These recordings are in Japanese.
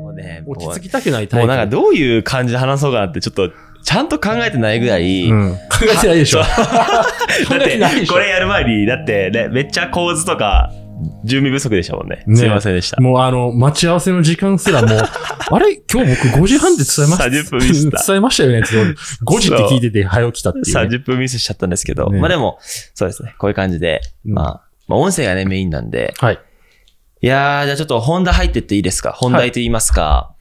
うね、落ちもう着きたくないタイもプ。うなんかどういう感じで話そうかなって、ちょっと、ちゃんと考えてないぐらい、 うん、考えてないでしょ。考だっえてないてでしょこ。れやる前にだってねめっちゃ構図とか準備不足でしたもんねねすいませんでしたもうあの、待ち合わせの時間すらもう、 あれ今日僕5時半で伝えました。 30分ミスった伝えましたよねって俺5時って聞いてて、早起きたっていう、ね。 30分ミスしちゃったんですけど、ねまあでもそうですねこういう感じで、うんまあ、まあ音声がねメインなんではい。いやーじゃあちょっと本題入ってっていいですか本題と言いますか、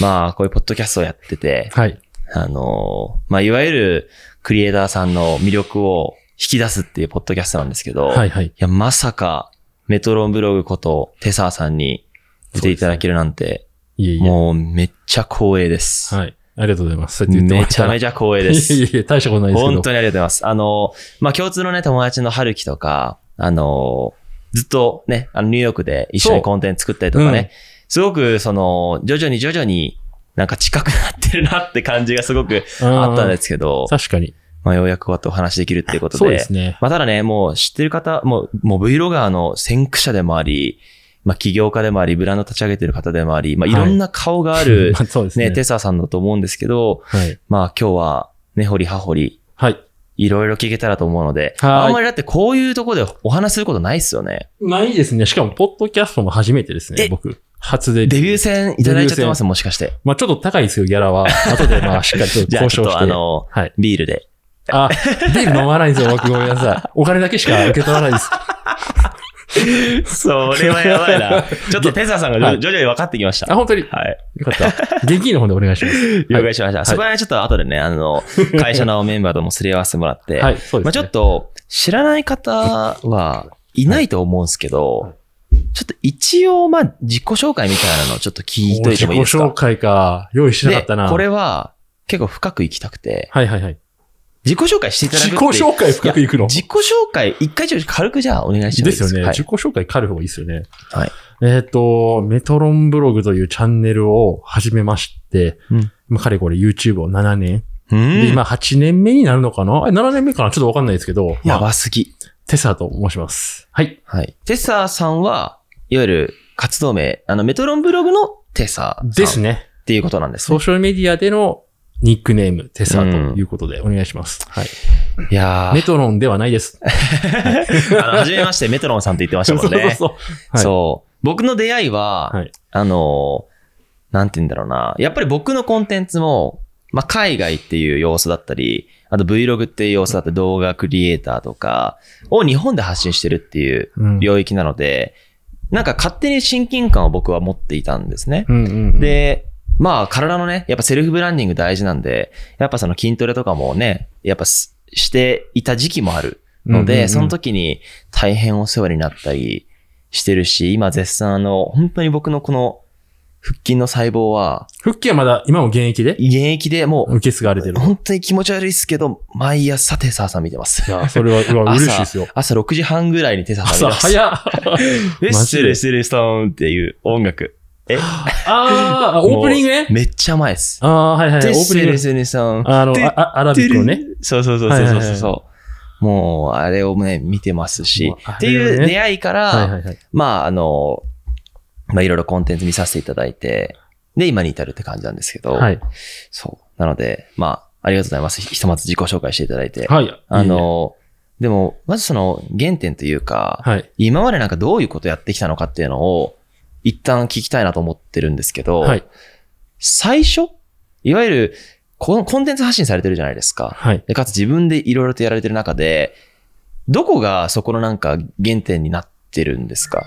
まあこういうポッドキャストをやっててはい。あのーまあいわゆるクリエイターさんの魅力を引き出すっていうポッドキャストなんですけど、はいい。はい。やまさかメトロンブログことテサーさんに出ていただけるなんて、いえいえ。もうめっちゃ光栄です。はい。ありがとうございます。そうやって言ってもらめえちたゃらめちゃ光栄で いえす。いえ、大したことないですけど。本当にありがとうございます。あの、まあ、共通のね、友達の春樹とか、あの、ずっとね、あの、ニューヨークで一緒そにうコンテンツ作ったりとかうんね、すごく、その、徐々に徐々に、なんか近くなってるなって感じがすごくうんあったんですけど、確かに。まあ、ようやくこうやってお話できるっていうことそうでで、すね。まあ、ただね、もう知ってる方、もう、もう Vlogger の先駆者でもあり、まあ、起業家でもあり、ブランド立ち上げてる方でもあり、まあ、いろんな顔がある まあそうですね、ね。テサーさんだと思うんですけど、はい。まあ今日は根掘り葉掘り、はい。いろいろ聞けたらと思うので、はいあんまりだってこういうところでお話することないっすよね。ないですね。しかも、ポッドキャストも初めてですね、え僕。初で。デビュー戦いただいちゃってます、もしかして。まあちょっと高いですよ、ギャ ラは。後で、まあしっかりとじゃあ交ちょ渉っして。とあの、はい。ビール で。あ、ビール飲まないんですよ、僕。ごめん なさい。お金だけしか受け取らないです。それはやばい な。ちょっとテサさんがはい徐々に分かってきました。あ、は本当に。よい。かった。現金の方でお願いします。了解しました。いそこはねちょっと後でね、あの、会社のメンバーともすり合わせてもらって、 はい、そうです、ね。まあちょっと知らない方はいないと思うんですけど、ちょっと一応、まあ、自己紹介みたいなのをちょっと聞いといてもいいですおか自己紹介か。用意しなかったな。でこれは結構深く行きたくて、はいはいはい。自己紹介していただくって自己いう紹介深くいくの自己紹介、一回ちょっと軽くじゃあお願いしま。ですすよね。はい自己紹介軽い方がいいですよね。はい。えっ、と、メトロンブログというチャンネルを始めまして、うんまあ、かれこれ YouTube を7年。うんで、今8年目になるのかなあれ ?7 年目かなちょっとわかんないですけど、やまあ、ばすぎ。テサと申します。はい。はい。テサーさんは、いわゆる活動名、あの、メトロンブログのテサーですね。ね。っていうことなんですソね、ーシャルメディアでのニックネーム、テサということでお願いします。はい。いやメー、トロンではないです。あの、初めましてメトロンさんって言ってましそたうもんそうね。そう。はいそう。僕の出会いは、はいあのー、なんて言うんだろうな。やっぱり僕のコンテンツも、まあ、海外っていう要素だったり、あと Vlog っていう要素だったり、動画クリエイターとかを日本で発信してるっていううん領域なので、なんか勝手に親近感を僕は持っていたんですね。うんうんうん、で、まあ体のね、やっぱセルフブランディング大事なんで、やっぱその筋トレとかもね、やっぱすしていた時期もある。のうんうんうで、んその時に大変お世話になったりしてるし、今絶賛あの、本当に僕のこの腹筋の細胞は、復帰はまだ今も現役で現役でも受け継がれてう、る。本当に気持ち悪いですけど、毎朝テサーさん見てますい。や、それは、うわ、嬉しいですよ。 朝6時半ぐらいにテサーさん朝見てます。早っウェッマジセでルセルストーンっていう音楽。えああ、オープニングね。めっちゃ前です。ああ、はいはい、オウェッープニセンルグ。セルストーン。あの、てああアラビックのね。。そうそうそうそうそうはいはいそうはそ、いうもう、あれをね、見てますしもうあれをね。っていう出会いから、はいはいはい。まあ、あの、まあ、いろいろコンテンツ見させていただいて、で、今に至るって感じなんですけど、はい。そう。なので、まあ、ありがとうございます。ひひとまず自己紹介していただいて。はい。あいいね、の、でも、まずその原点というか、はい。今までなんかどういうことやってきたのかっていうのを、一旦聞きたいなと思ってるんですけど、はい。最初いわゆる、このコンテンツ発信されてるじゃないですか。はい。で、かつ自分でいろいろとやられてる中で、どこがそこのなんか原点になってるんですか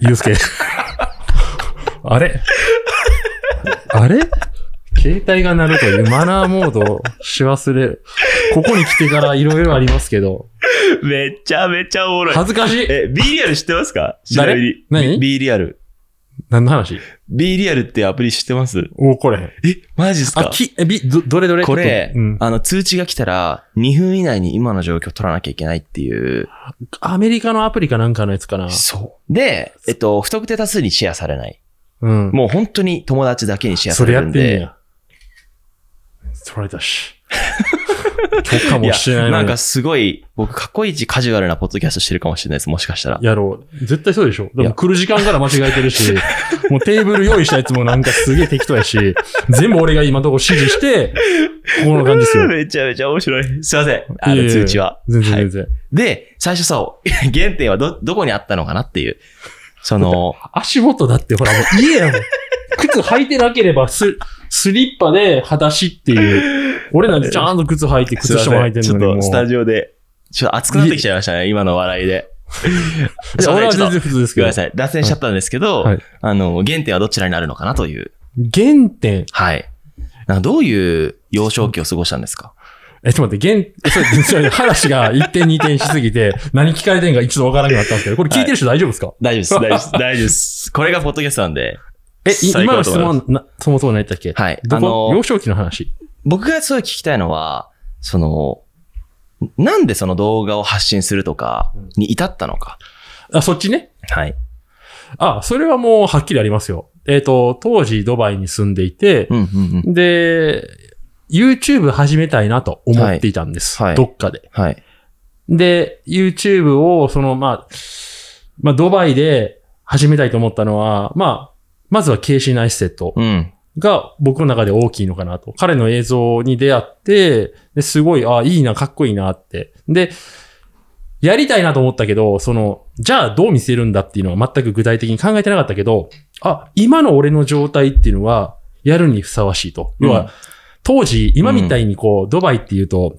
ゆうすけ。 あれあれ携帯が鳴るというマナーモードをし忘れる。ここに来てからいろいろありますけど、めちゃめちゃおもろい。恥ずかしい。え、B リアル知ってますかちな誰みに。何 B リアル。何の話 B リアルってアプリ知ってますお、これへん。え、マジっすあ、かき、え、び、ど、どれどれこれ、うんあの、通知が来たら、2分以内に今の状況取らなきゃいけないっていう。アメリカのアプリかなんかのやつかな。そう。で、えっと、不特定多数にシェアされない。うん。もう本当に友達だけにシェアそされれやるっんてんねで。 や。取られたし。とかもしれないのなんにかすごい、僕、過去一カジュアルなポッドキャストしてるかもしれないです、もしかしたら。やろう。絶対そうでしょ。でいもや来る時間から間違えて るし、もうテーブル用意したやつもなんかすげえ適当やし、全部俺が今のとこ指示して、ここの感じです よ。めちゃめちゃ面白い。すいません。あいえいのえ通知は。全然はい全然。で、最初さ、 原点はど、どこにあったのかなっていう。そ の、足元だってほらもう家 やもん。靴履いてなければス、スリッパで裸足っていう。俺なんてちゃんと靴履いて、靴下も履いてるすませんちのょにっともスう。タジオで、ちょっと熱くなってきちゃいましたね、今の笑いで。 すいいやま俺せんはちょっ全と然普通ですごけめんどな。さい。脱線しちゃったんですけど、はいはいあの、原点はどちらになるのかなという。原点。はい。なんかどういう幼少期を過ごしたんですかえ、ちょっと待って、原、それそれ話が一点二点しすぎて、何聞かれてんか一度わからなくなったんですけど、これ聞いてる人大丈夫ですか、大丈夫です、 大丈夫です、大丈夫です。これがポッドキャストなんで。え、い最今高のだ質と思います問、なそもそも何だったっけはいどこあの幼少期の話。僕がすごい聞きたいのは、その、なんでその動画を発信するとかに至ったのか。あ、そっちね。はい。あ、それはもうはっきりありますよ。えっ、と、当時ドバイに住んでいて、うんうんうん。で、YouTube 始めたいなと思っていたんです。はいはいどっかで。はい。で、YouTube を、その、まあ、まあ、ドバイで始めたいと思ったのは、まあ、まずはケイシー・ナイスセットうん。が僕の中で大きいのかなと。彼の映像に出会って、ですごい、あいいな、かっこいいなって。で、やりたいなと思ったけど、その、じゃあどう見せるんだっていうのは全く具体的に考えてなかったけど、あ、今の俺の状態っていうのは、やるにふさわしいと。要は、うん当時、今みたいにこう、ドバイっていうと、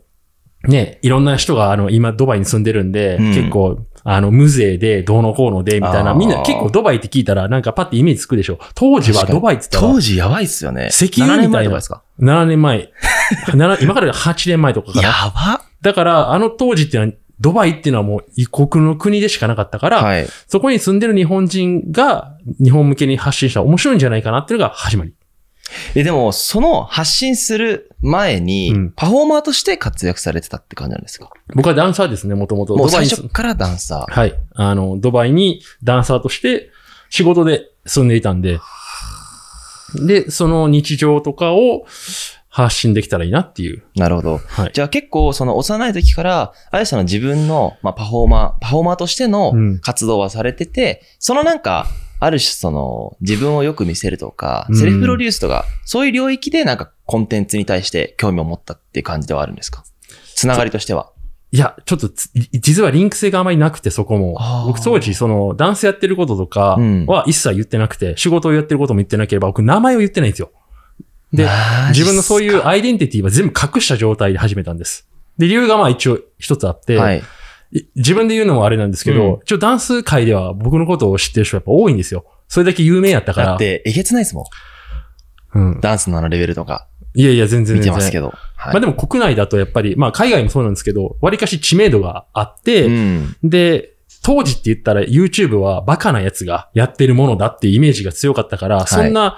ね、いろんな人が、あの、今、ドバイに住んでるんで、うん結構、あの、無税で、どうのこうので、みたいな、あーみんな結構ドバイって聞いたら、なんかパッてイメージつくでしょ。当時は確かにドバイって言ったら当、時やばいっすよね。石油7年みた前いとなかですか7年前。7今から8年前とかかやな。ばだから、あの当時っていうのは、ドバイっていうのはもう異国の国でしかなかったから、はい。そこに住んでる日本人が日本向けに発信したら面白いんじゃないかなっていうのが始まり。え、でも、その発信する前うにん、パフォーマーとして活躍されてたって感じなんですか、僕はダンサーですね、もともと。もうドバイ最に初からダンサー。はい。あの、ドバイにダンサーとして仕事で住んでいたんで、で、その日常とかを発信できたらいいなっていう。なるほど。はい。じゃあ結構その幼い時から、あやさんの自分の、まあ、パフォーマー、パフォーマーとしてのうん活動はされてて、そのなんか、ある種その自分をよく見せるとかう、んセルフプロデュースとか、そういう領域でなんかコンテンツに対して興味を持ったっていう感じではあるんですかつながりとしては。いや、ちょっとつ、い実はリンク性があまりなくて、そこもあー。僕当時、その、ダンスやってることとかうんは一切言ってなくて、仕事をやってることも言ってなければ、僕名前を言ってないんですよ。で、自分のそういうアイデンティティは全部隠した状態で始めたんです。で、理由がまあ一応一つあって、はい。い自分で言うのもあれなんですけど、うん一応ダンス界では僕のことを知ってる人やっぱ多いんですよ。それだけ有名やったかだら。って、えげつないですもん。うん。ダンスのあのレベルとか、いやいや、全然見て全然。ますけど。はいまあでも国内だとやっぱり、まあ海外もそうなんですけど、割かし知名度があって、うん。で、当時って言ったら YouTube はバカなやつがやってるものだっていうイメージが強かったから、いそんな、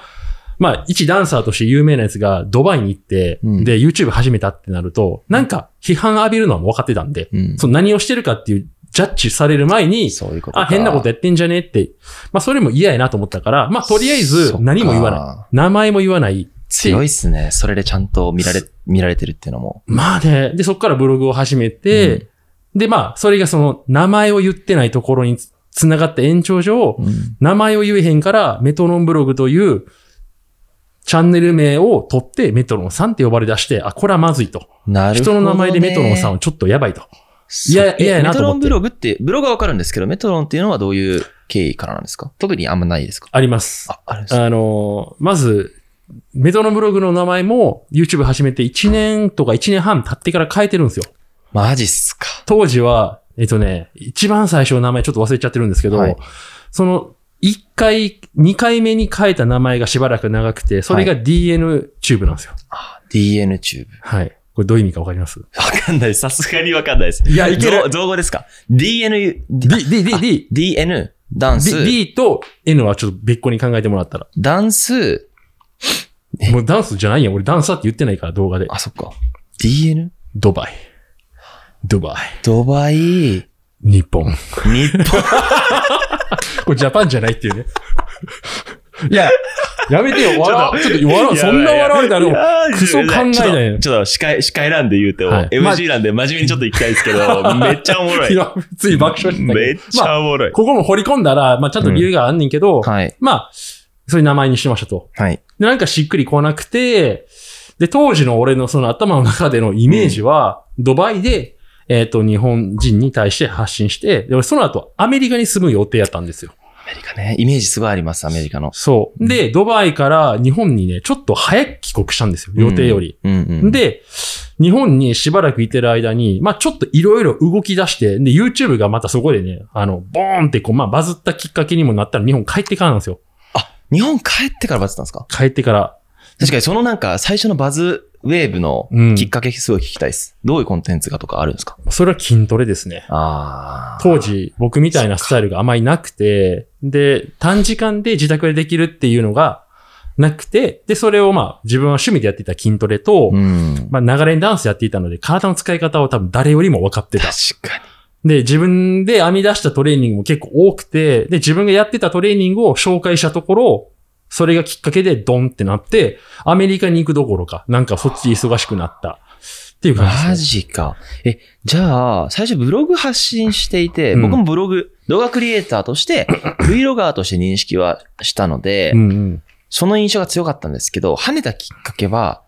まあ、一ダンサーとして有名なやつがドバイに行って、うんで、YouTube 始めたってなると、なんか批判浴びるのはもう分かってたんで、うんその何をしてるかっていうジャッジされる前に、そういうことか。あ、変なことやってんじゃねえって、まあ、それも嫌やなと思ったから、まあ、とりあえず何も言わない。い。名前も言わない。強いっすね。それでちゃんと見られ、見られてるっていうのも。まあね、で、そこからブログを始めて、で、まあ、それがその名前を言ってないところにつつながった延長上、うん名前を言えへんから、メトロンブログという、チャンネル名を取って、メトロンさんって呼ばれ出して、あ、これはまずいと。なるほ人ど、ね。の名前でメトロンさんはちょっとやばいと。そういやえいやいやメなトと思ロンブってログって、ブログはわかるんですけど、メトロンっていうのはどういう経緯からなんですか特にあんまないですかあります。あ、あるんですかあの、まず、メトロンブログの名前も YouTube 始めて1年とか1年半経ってから変えてるんですよ。マジっすか。当時は、えっとね、一番最初の名前ちょっと忘れちゃってるんですけど、はいその、1回、2回目に変えた名前がしばらく長くて、それが DN チューブなんですよ。 DN チューブ。はい。これどういう意味かわかりますわかんない。さすがにわかんないです。いやいける造造語ですか ?DN、 D、D、D、D、 DN、ダン D, ス、 D と N はちょっと別個に考えてもらったら。ダンス、えもうダンスじゃないやん。俺ダンサーって言ってないから動画で。あ、そっか。DN? ドバイ。ドバイ。ドバイ、日日本。本。これジャパンじゃないっていうね。いや、やめてよ、笑 う。ちょっと笑う。そんな笑われたら、でもクソ考えちょっないと、ちょっと司会、司会欄で言うと、はい MC 欄で真面目にちょっと行きたいですけ ど、めっちゃおもろいい。や、つい爆笑してためけっど。ちまあ、ゃおもろい。ここも掘り込んだら、まあ、ちゃんと理由があんねんけど、はい。まあ、そういう名前にしましたと。はい。で、なんかしっくり来なくて、で、当時の俺のその頭の中でのイメージは、ドバイで、えっ、と、日本人に対して発信して、で、俺その後、アメリカに住む予定やったんですよ。アメリカね。イメージすごいあります、アメリカの。そう。で、ドバイから日本にね、ちょっと早く帰国したんですよ、予定より。うんうん。、で、日本にしばらくいてる間に、まあちょっといろいろ動き出して、で、YouTube がまたそこでね、あの、ボーンってこう、まあバズったきっかけにもなったら日本帰ってからなんですよ。日本帰ってからバズったんですか帰ってから。確かにそのなんか最初のバズウェーブのきっかけすごい聞きたいです。どういうコンテンツがとかあるんですかそれは筋トレですね。ああ。当。時、僕みたいなスタイルがあまりなくて、で、短時間で自宅でできるっていうのがなくて、で、それをまあ自分は趣味でやっていた筋トレと、うん。まあ流れにダンスやっていたので、体の使い方を多分誰よりも分かってた。確かに。で、自分で編み出したトレーニングも結構多くて、で、自分がやってたトレーニングを紹介したところ、それがきっかけでドンってなって、アメリカに行くどころか、なんかそっち忙しくなった。っていう感じマです、ね。ジか。え、じゃあ、最初ブログ発信していて、うん僕もブログ、動画クリエイターと して、Vlogger として認識はしたので、うんうん。その印象が強かったんですけど、跳ねたきっかけは、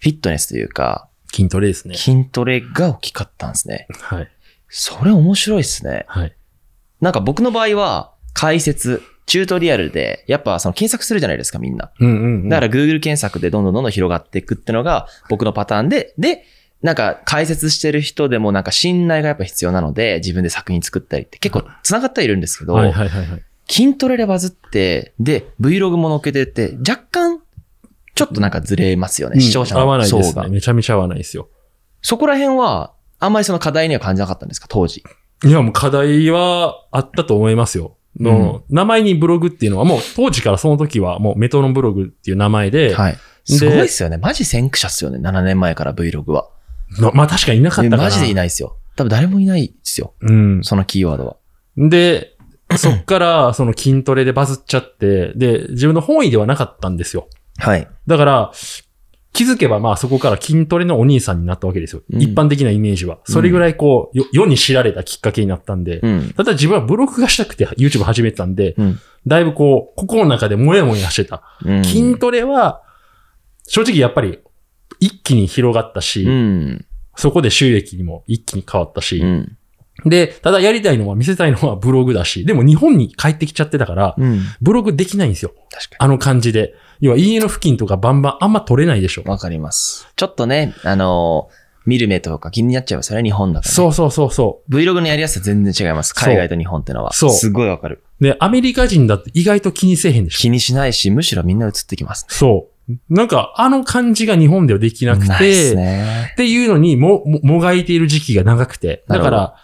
フィットネスというか、筋トレですね。筋トレが大きかったんですね。はい。それ面白いですね。はい。なんか僕の場合は、解説、チュートリアルで、やっぱその検索するじゃないですか、みんな。うんうん、うん。だから Google 検索でどんどんどんどん広がっていくってのが僕のパターンで、で、なんか解説してる人でもなんか信頼がやっぱ必要なので、自分で作品作ったりって結構繋がってはいるんですけど、はいはいはいはい。筋トレでバズって、で、Vlog も載っけてって、若干、ちょっとなんかずれますよね、視聴者うん合わのない層ですが。ね。めちゃめちゃ合わないですよ。そこら辺は、あんまりその課題には感じなかったんですか、当時。いや、もう課題はあったと思いますよ。の、名前にブログっていうのはもう当時からその時はもうメトロンブログっていう名前で、はい。すごいですよね。マジ先駆者っすよね。7年前から Vlog は。のまあ確かにいなかったから。マジでいないですよ。多分誰もいないですよ。うん。そのキーワードは。で、そっから、その筋トレでバズっちゃって、で、自分の本意ではなかったんですよ。はい。だから、気づけばまあそこから筋トレのお兄さんになったわけですよ。うん一般的なイメージは。それぐらいこう、よ世に知られたきっかけになったんで。うん。ただ自分はブログがしたくて YouTube 始めてたんで、うんだいぶこう、心の中でもやもやしてた。うん筋トレは、正直やっぱり一気に広がったし、うん。そこで収益にも一気に変わったし、うん。で、ただやりたいのは見せたいのはブログだし、でも日本に帰ってきちゃってたから、うん。ブログできないんですよ。確かあの感じで。要は家の付近とかバンバンあんま取れないでしょに。。わかります。ちょっとね、あのー見る目とか気になっちゃいますよね、日本だと、ね。そうそうそうそう。 Vlog のやりやすさ全然違います。そう海外と日本ってのは。そうすごいわかる。で、アメリカ人だって意外と気にせえへんでしょ。気にしないし、むしろみんな映ってきます。そう。なんか、あの感じが日本ではできなくないですて、ね。っていうのにも、も、もがいている時期が長くて。だかなら、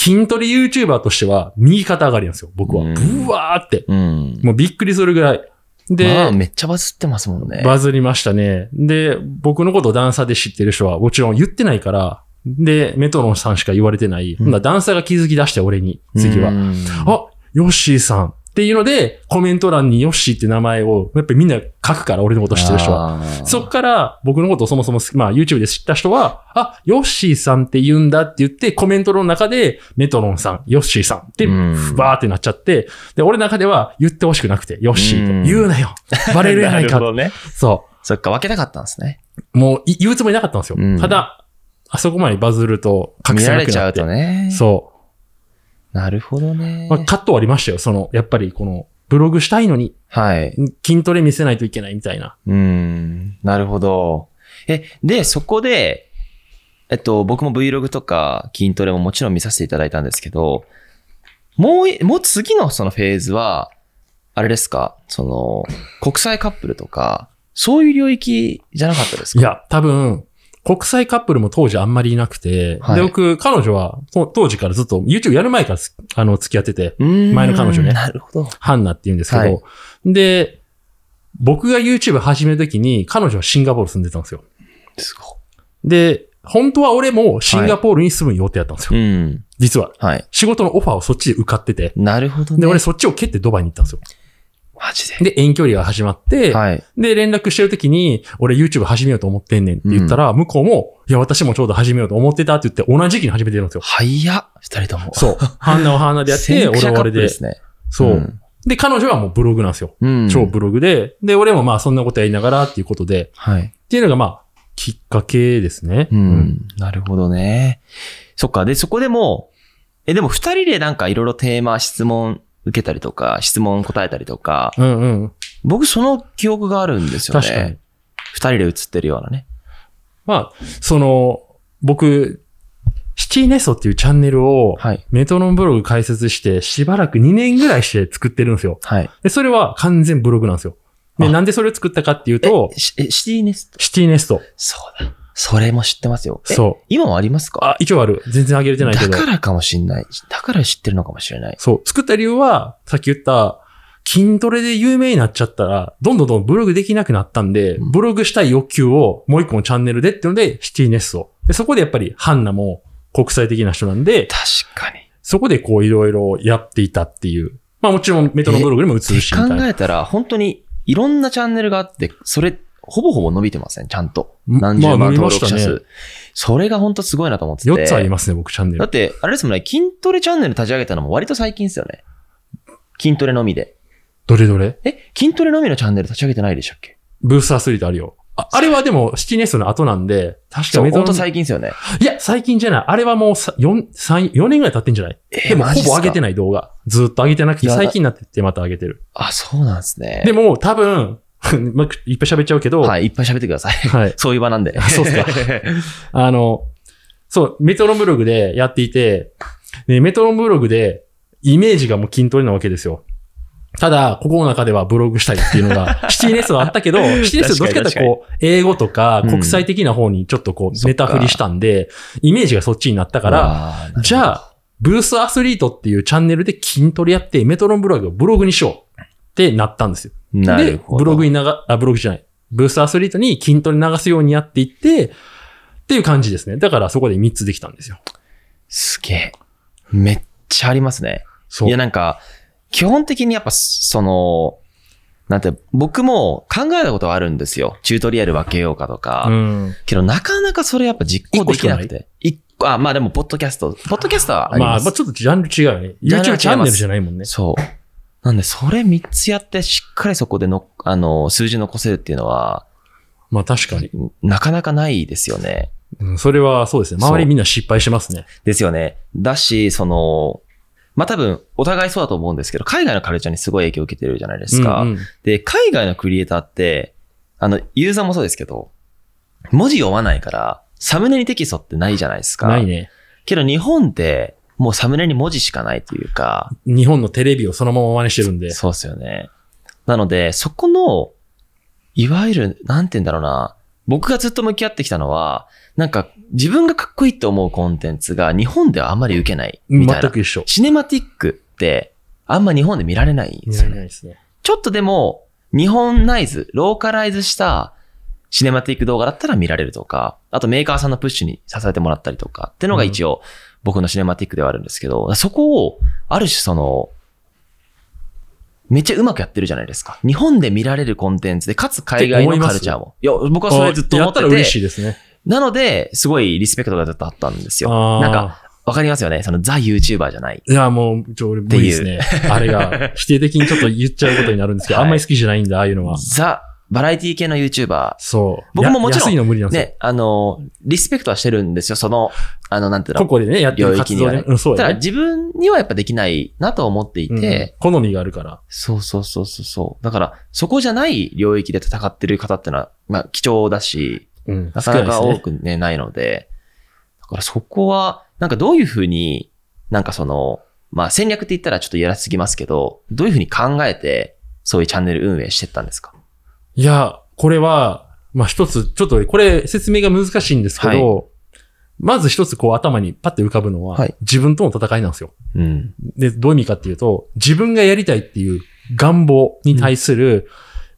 筋トレ YouTuber としては、右肩上がりなんですよ、僕は。うんブワーって。うん。もうびっくりするぐらい。で、まあ、めっちゃバズってますもんね。バズりましたね。で、僕のことをダンサーで知ってる人はもちろん言ってないから、で、メトロンさんしか言われてない。うんほんならダンサーが気づき出して、俺に、次は。うん。あ、ヨッシーさん。っていうので、コメント欄にヨッシーって名前を、やっぱりみんな書くから、俺のこと知ってる人は。あーそっから、僕のことをそもそも好き、まあ YouTube で知った人は、あ、ヨッシーさんって言うんだって言って、コメントの中で、メトロンさん、ヨッシーさんって、うんバーってなっちゃって、で、俺の中では言ってほしくなくて、ヨッシーって言う なよバレるやないなるほかどね。そそっか、分けたかったんですね。う。もうい言うつもりなかったんですよ。うんただ、あそこまでバズると、隠見せらなれくちゃなうって。とね。そなるほどねう。。まあ、カットはありましたよ。その、やっぱりこの、ブログしたいのに、はい。筋トレ見せないといけないみたいな。うん。なるほど。え、で、そこで、えっと、僕も Vlog とか筋トレももちろん見させていただいたんですけど、もうい、もう次のそのフェーズは、あれですかその、国際カップルとか、そういう領域じゃなかったですいか、や、多分、国際カップルも当時あんまりいなくて、はいで、僕、彼女は、と当時からずっと YouTube やる前からすあの、付き合ってて、うーん前の彼女ねなるほど。ハンナって言うんですけど、はいで、僕が YouTube 始めるときに、彼女はシンガポール住んでたんですよ。すごで、本当は俺もシンガポールに住む予定だったんですよ。うん。実は。はい。仕事のオファーをそっちで受かってて。なるほどね。で、俺そっちを蹴ってドバイに行ったんですよ。マジで。で、遠距離が始まって、はい。で、連絡してる時に、俺 YouTube 始めようと思ってんねんって言ったら、向こうも、いや、私もちょうど始めようと思ってたって言って、同じ時期に始めてるんですよ。早っ、二人とも。 そう。ハンナはハンナでやって、 先俺駆者はカップ俺ルでで。すね。そう、んで、彼女はもうブログなんですよ。うん。超ブログで。で、俺もまあそんなことやりながらっていうことで。はい。っていうのがまあ、きっかけですね。う。ん。なるほどね。そっか。で、そこでもう、え、でも二人でなんかいろいろテーマ、質問受けたりとか、質問答えたりとか、うんうん。僕その記憶があるんですよね。確かに。。二人で写ってるようなね。まあ、その、僕、シティネストっていうチャンネルを、はい。メトロンブログ開設して、しばらく2年ぐらいして作ってるんですよ。はい。で、それは完全ブログなんですよ。で、あなんでそれを作ったかっていうとえ、、しえシティネスト。シティネスト。そうだ。それも知ってますよ。えそう。今もありますかあ、一応ある。全然あげれてないけど。だからかもしんない。だから知ってるのかもしれない。そう。作った理由は、さっき言った、筋トレで有名になっちゃったら、どんどんどんブログできなくなったんで、うんブログしたい欲求をもう一個のチャンネルでっていうので、シティネスを。で、そこでやっぱりハンナも国際的な人なんで、確かに。そこでこういろいろやっていたっていう。まあもちろんメトロブログにも映るしみたい考な。えたら、本当にいろんなチャンネルがあって、それ、ほぼほぼ伸びてません、ちゃんと。ん何十万まあ伸び登録ました者ね数。それが本当すごいなと思ってて。 4つありますね、僕チャンネだルっ。て、あれですもんね、筋トレチャンネル立ち上げたのも割と最近ですよね。筋トレのみで。どれどれえ、筋トレのみのチャンネル立ち上げてないでしたっけブースアスリートあるよ。ああれはでも、シティネスの後なんで、確かそう、メト本ロ当い最近ですよね。や、最近じゃない。あれはもうさ4、3 4年ぐらい経ってんじゃないえでも、ほぼ上げてない。ない動画。ずーっと上げてなくて、いや最近になってってまた上げてる。あ、そうなんですね。でも、多分、 まあいっぱい喋っちゃうけど、。はいい、いっぱい喋ってください。 はい。そういう場なんで。あそうっすかあの、そう、メトロブログでやっていて、でメトロブログで、イメージがもう筋トレなわけですよ。ただ、ここの中ではブログしたいっていうの が、シティネスはあったけど、シティネスはどっちかというとこう、英語とかうん国際的な方にちょっとこう、そっネかタ振りしたんで、イメージがそっちになっだたから、、 じゃあ、ブースアスリートっていうチャンネルで筋トレやって、メトロンブログをブログにしようってなったんですよ。なるで、ほど。ブログに流、あ、ブログじゃない。ブースアスリートに筋トレ流すようにやっていって、っていう感じですね。だからそこで3つできたんですよ。すげえ。めっちゃありますね。そいうや、。なんか、基本的にやっぱ、その、なんて、僕も考えたことはあるんですよ。チュートリアル分けようかとか。うん。けど、なかなかそれやっぱ実行できなくて。一個、あ、まあでも、ポッドキャスト。ポッドキャストはありままあ、す。まあちょっとジャンル違うよね。ジャンルは違い YouTube ますチャンネルじゃないもんね。そう。なんで、それ3つやって、しっかりそこでの、あの、数字残せるっていうのは、まあ確かに。なかなかないですよね。うん、それはそうですね。そう周りみんな失敗してますね。ですよね。だし、その、まあ多分、お互いそうだと思うんですけど、海外のカルチャーにすごい影響を受けてるじゃないですか。うんうんで、海外のクリエイターって、あの、ユーザーもそうですけど、文字読まないから、サムネにテキストってないじゃないですか。ないね。けど日本って、もうサムネに文字しかないというか、日本のテレビをそのまま真似してるんで。そうですよね。なので、そこの、いわゆる、なんて言うんだろうな、僕がずっと向き合ってきたのは、なんか、自分がかっこいいと思うコンテンツが日本ではあんまり受けない、みたい全な。く一緒。シネマティックって、あんま日本で見られないんですよねないですね。ちょっとでも、日本ナイズ、ローカライズしたシネマティック動画だったら見られるとか、あとメーカーさんのプッシュに支えてもらったりとかってのが一応僕のシネマティックではあるんですけど、そこをある種その、めっちゃうまくやってるじゃないですか。日本で見られるコンテンツで、かつ海外のカルチャーも。いや、僕はそれずっと思って、やったら嬉していですね。なので、すごいリスペクトがずっとあったんですよ。あーなんか、わかりますよねそのザ・ YouTuber じゃない。いや、もう、ちょ、俺無理ですね。あれ が、否定的にちょっと言っちゃうことになるんですけど、はいあんまり好きじゃないんだ、ああいうのは。ザ・バラエティ系の YouTuber そう。僕ももちろんや安いの無理なんですよ。ね、あの、リスペクトはしてるんですよ、その、あの、なんていうこの。こでね、やってる活動領域にで。はねうん、そうたやだね。自分にはやっぱできないなと思っていて、うん好みがあるから。そうそうそうそうそう。だから、そこじゃない領域で戦ってる方ってのは、まあ、貴重だし、うん。なかなか少ない多ですねくね、ないので、だからそこは、なんかどういうふうに、なんかその、まあ、戦略って言ったらちょっとやらしすぎますけど、どういうふうに考えて、そういうチャンネル運営してったんですかいや、これは、まあ一つ、ちょっとこれ説明が難しいんですけど、まず一つこう頭にパッて浮かぶのははい、自分との戦いなんですよ。うん。で、どういう意味かっていうと、自分がやりたいっていう願望に対する、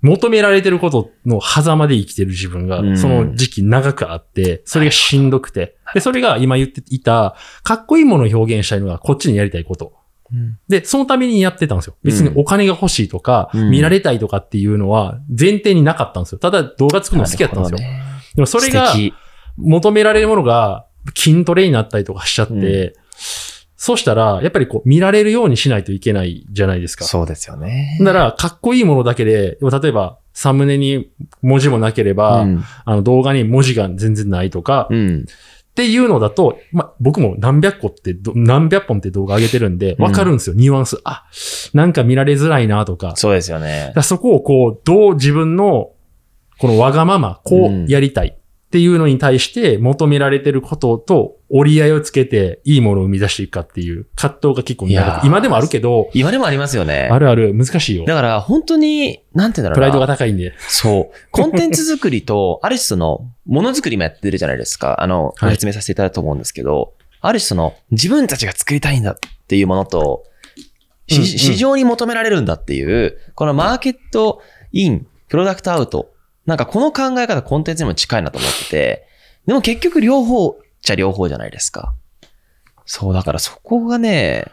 求められてることの狭間で生きてる自分うんが、その時期長くあって、それがしんどくて、で、それが今言っていた、かっこいいものを表現したいのが、こっちにやりたいこと。うんで、そのためにやってたんですよ。別にお金が欲しいとか、うん見られたいとかっていうのは前提になかったんですよ。ただ動画作るの好きだったんですよ。なるほどねでもそれが素敵求められるものが筋トレになったりとかしちゃって、うそしたら、やっぱりこう見られるようにしないといけないじゃないですか。そうですよね。なら、かっこいいものだけで、例えば、サムネに文字もなければ、うん。あの動画に文字が全然ないとか、うん。っていうのだと、まあ、僕も何百個ってど、何百本って動画上げてるんで、わかるんですよ、ニュアンス。あ、なんか見られづらいなとか。だかそうですよね。らそこをこう、どう自分の、このわがまま、こうんうやりたいっていうのに対して求められてることと折り合いをつけて、いいものを生み出していくかっていう葛藤が結構いや長ーく、今でもあるけど、今でもありますよね。あるある、難しいよ。だから、本当に、なんて言うんだろうな。プライドが高いんで。そう。コンテンツ作り と、ある種その、ものづくりもやってるじゃないですか。あの、はごい説明させていただくと思うんですけど、ある種その、自分たちが作りたいんだっていうものと、しうんうん市場に求められるんだっていう、このマーケットイン、プロダクトアウト。なんかこの考え方コンテンツにも近いなと思ってて、でも結局両方じゃ両方じゃないですか。そう、だからそこがね、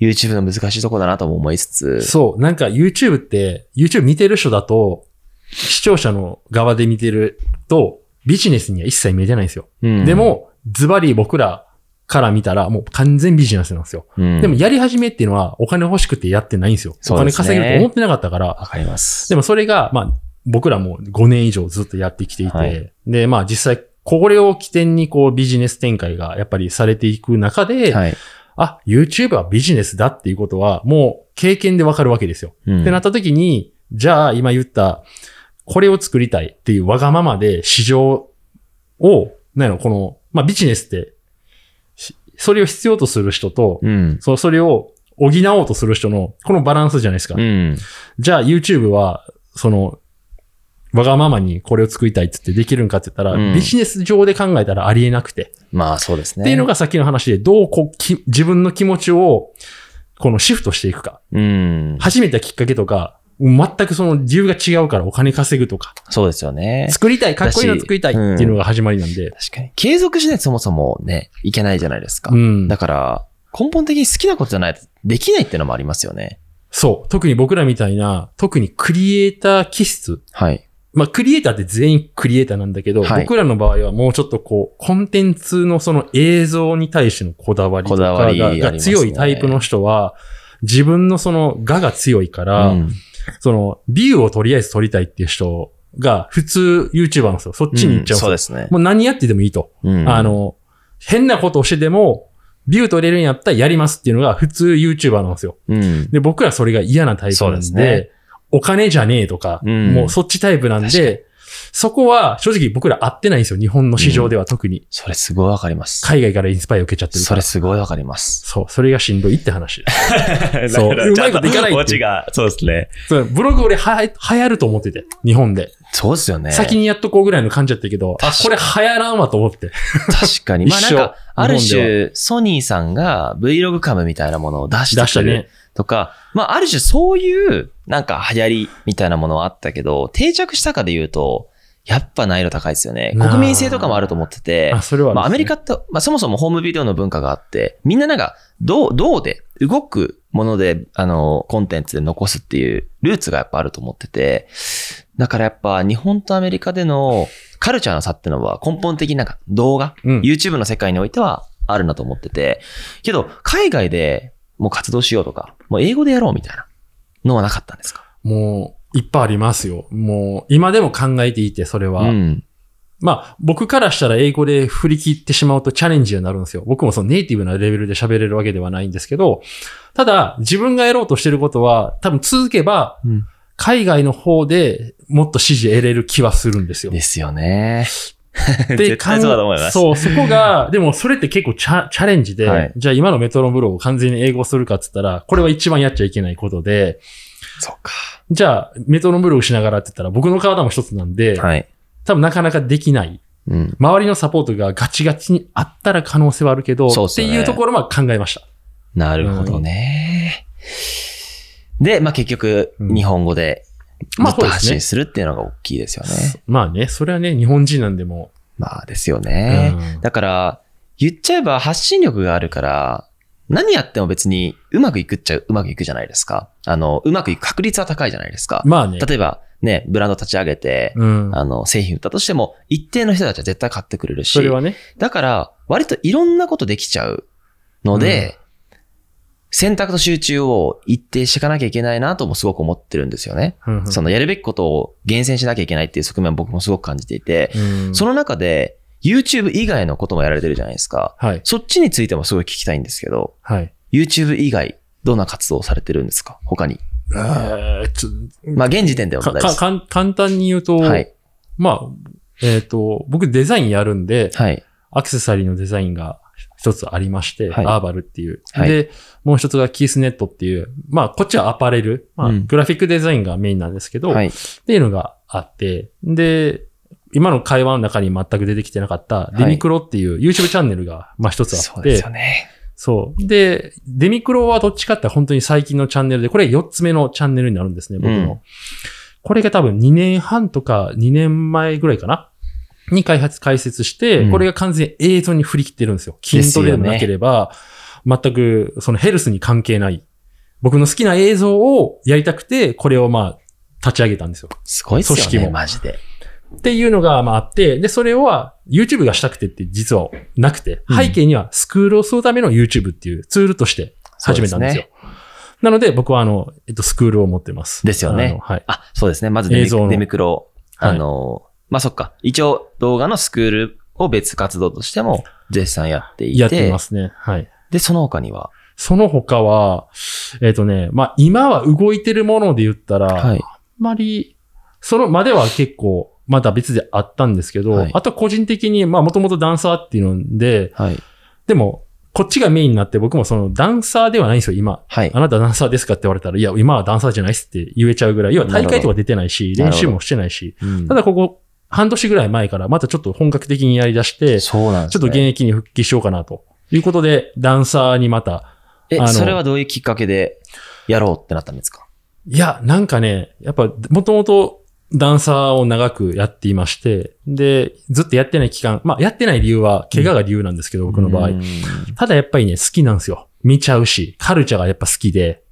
YouTube の難しいとこだなとも思いつつ、そう、なんか YouTube って、YouTube 見てる人だと、視聴者の側で見てると、ビジネスには一切見えてないんですよ。うんで、も、ズバリ僕らから見たら、もう完全ビジネスなんですよ。うんでも、、やり始めっていうのは、お金欲しくてやってないんですよ。そおうで金すね稼げると思ってなかったから。わかります。でも、それが、まあ、僕らも5年以上ずっとやってきていて、はいで、まあ、実際、これを起点に、こう、ビジネス展開がやっぱりされていく中で、はい。あ、YouTube はビジネスだっていうことは、もう経験でわかるわけですよ。うんってなった時に、じゃあ今言った、これを作りたいっていうわがままで市場を、なんやろ、この、まあビジネスって、しそれを必要とする人と、うん。そそれを補おうとする人の、このバランスじゃないですか。うん。じゃあ YouTube は、その、わがままにこれを作りたいっつってできるんかって言ったら、うんビジネス上で考えたらありえなくて。まあそうですね。っていうのがさっきの話で、どうこうき自分の気持ちを、このシフトしていくか。うん。始めたきっかけとか、もう全くその理由が違うからお金稼ぐとか、そうですよね。作りたい、かっこいいの作りたいっていうのが始まりなんで、確かに。継続しないとそもそもね、いけないじゃないですか。うんだ。から、根本的に好きなことじゃないとできないっていうのもありますよね。そう。特に僕らみたいな、特にクリエイター気質。はい。まあ、クリエイターって全員クリエイターなんだけど、はい僕らの場合はもうちょっとこう、コンテンツのその映像に対してのこだわりとかこだわりあがりますねが強いタイプの人は、自分のその画が強いから、うんその、ビューをとりあえず撮りたいっていう人が、普通 YouTuber なんですよ。そっちに行っちゃうんですそようですね。もう何やってでもいいと。うんあ、の、変なことをしてでも、ビュー取れるんやったらやりますっていうのが普通 YouTuber なんですよ。うん。で、僕らそれが嫌なタイプそうなんでで、すねお金じゃねえとか、うんもうそっちタイプなん確かで、そこは正直僕ら合ってないんですよ。日本の市場では特に。それすごいわかります。海外からインスパイア受けちゃってるそから。れすごいわかり ます。そう、それがしんどいって話です。そ。そうううまいこといかない オチが、そうですね。そうブログ俺はや、流行ると思ってて、日本で。そうですよね。先にやっとこうぐらいの感じだったけど、あ、確これ流行らんわと思って。確かに。一まあなん緒か、ある日本で種、ソニーさんが Vlog カムみたいなものを出して出したくるね。とか、まあ、ある種そういう、なんか流行りみたいなものはあったけど、定着したかで言うと、やっぱ難易度高いですよね。なあ国民性とかもあると思ってて、あ、それはまあ、アメリカカって、まあ、そもそもホームビデオの文化があって、みんななんか、どう、どうで、動くもので、あの、コンテンツで残すっていうルーツがやっぱあると思ってて、だからやっぱ日本とアメリカでのカルチャーの差ってのは根本的になんか動画、うん YouTube の世界においてはあるなと思ってて、けど、海外でもう活動しようとか、もう英語でやろうみたいなのはなかったんですかもう、いっぱいありますよ。もう、今でも考えていて、それは。うん。まあ、僕からしたら英語で振り切ってしまうとチャレンジになるんですよ。僕もそのネイティブなレベルで喋れるわけではないんですけど、ただ、自分がやろうとしてることは、多分続けば、うん海外の方でもっと支持得れる気はするんですよ。ですよね。で絶対そうだと思います。そう、そこが、でもそれって結構チャチャレンジで、はいじゃあ今のメトロブログを完全に英語するかっつったら、これは一番やっちゃいけないことで、そうか。じゃあメトロブログしながらって言ったら僕の体も一つなんで、はい。多分なかなかできない。うん。周りのサポートがガチガチにあったら可能性はあるけど、そうっっすてよねいうところは考えました。なるほどね。で、まあ結局、うん日本語で、もまあっとそうですね発信するっていうのが大きいですよね。まあね、それはね、日本人なんでもまあですよね。うんだから、言っちゃえば発信力があるから、何やっても別にうまくいくっちゃうまくいくじゃないですか。あの、うまくいく確率は高いじゃないですか。まあね。例えば、ね、ブランド立ち上げて、うん。あの、製品売ったとしても、一定の人たちは絶対買ってくれるしそれ、はね。だから、割といろんなことできちゃうので、選択と集中を一定していかなきゃいけないなともすごく思ってるんですよね。うんうんそのやるべきことを厳選しなきゃいけないっていう側面は僕もすごく感じていて、うんその中で YouTube 以外のこともやられてるじゃないですか。はい。そっちについてもすごい聞きたいんですけど、はい。 YouTube 以外、どんな活動をされてるんですか他に。えーちょまあ、現時点ではか問題でかす。かん簡単に言うと、はい。まあ、えっ、と、僕デザインやるんで、はい。アクセサリーのデザインが一つありまして、はいアーバルっていう。はいで、もう一つがキースネットっていう、まあ、こっちはアパレル、まあ、うんグラフィックデザインがメインなんですけど、はい。っていうのがあって、で、今の会話の中に全く出てきてなかった、いデミクロっていう YouTube チャンネルが、まあ一つあそっうでてす、よね。そう。で、デミクロはどっちかって本当に最近のチャンネルで、これ4つ目のチャンネルになるんですね、僕の。うんこれが多分2年半とか2年前ぐらいかなに開発、解説して、うんこれが完全に映像に振り切ってるんですよ。筋トレでもなければ、全くそのヘルスに関係ない。僕の好きな映像をやりたくて、これをまあ、立ち上げたんですよ。すごいです組よ織ね、もマジで。っていうのが、まああって、で、それは YouTube がしたくてって実はなくて、うん背景にはスクールをするための YouTube っていうツールとして始めたんですよ。そうなので僕はあの、えっと、スクールを持ってます。ですよねあのはい。あ、そうですね。まずデ映像ミのデミクロ。はいあの、まあ、そっか。一応動画のスクールを別活動としても絶賛やっていて。やってますね。はい。で、その他には。その他は、えっ、とね、まあ今は動いてるもので言ったら、はい。あんまり、そのまでは結構、まだ別であったんですけど、はいあと個人的に、まあもともとダンサーっていうので、はい。でも、こっちがメインになって僕もそのダンサーではないんですよ、今。はいあ。なたダンサーですかって言われたら、いや、今はダンサーじゃないっすって言えちゃうぐらい、要は大会とか出てないし、なる練ほど習もしてないし、うんただここ半年ぐらい前からまたちょっと本格的にやり出して、ちょそうなんっです、ね。と現役に復帰しようかなということで、ダンサーにまた、えあのそれはどういうきっかけでやろうってなったんですかいや、なんかね、やっぱもともとダンサーを長くやっていまして、で、ずっとやってない期間、まあやってない理由は怪我が理由なんですけど、僕の場合。うんただやっぱりね、好きなんですよ。見ちゃうし、カルチャーがやっぱ好きで、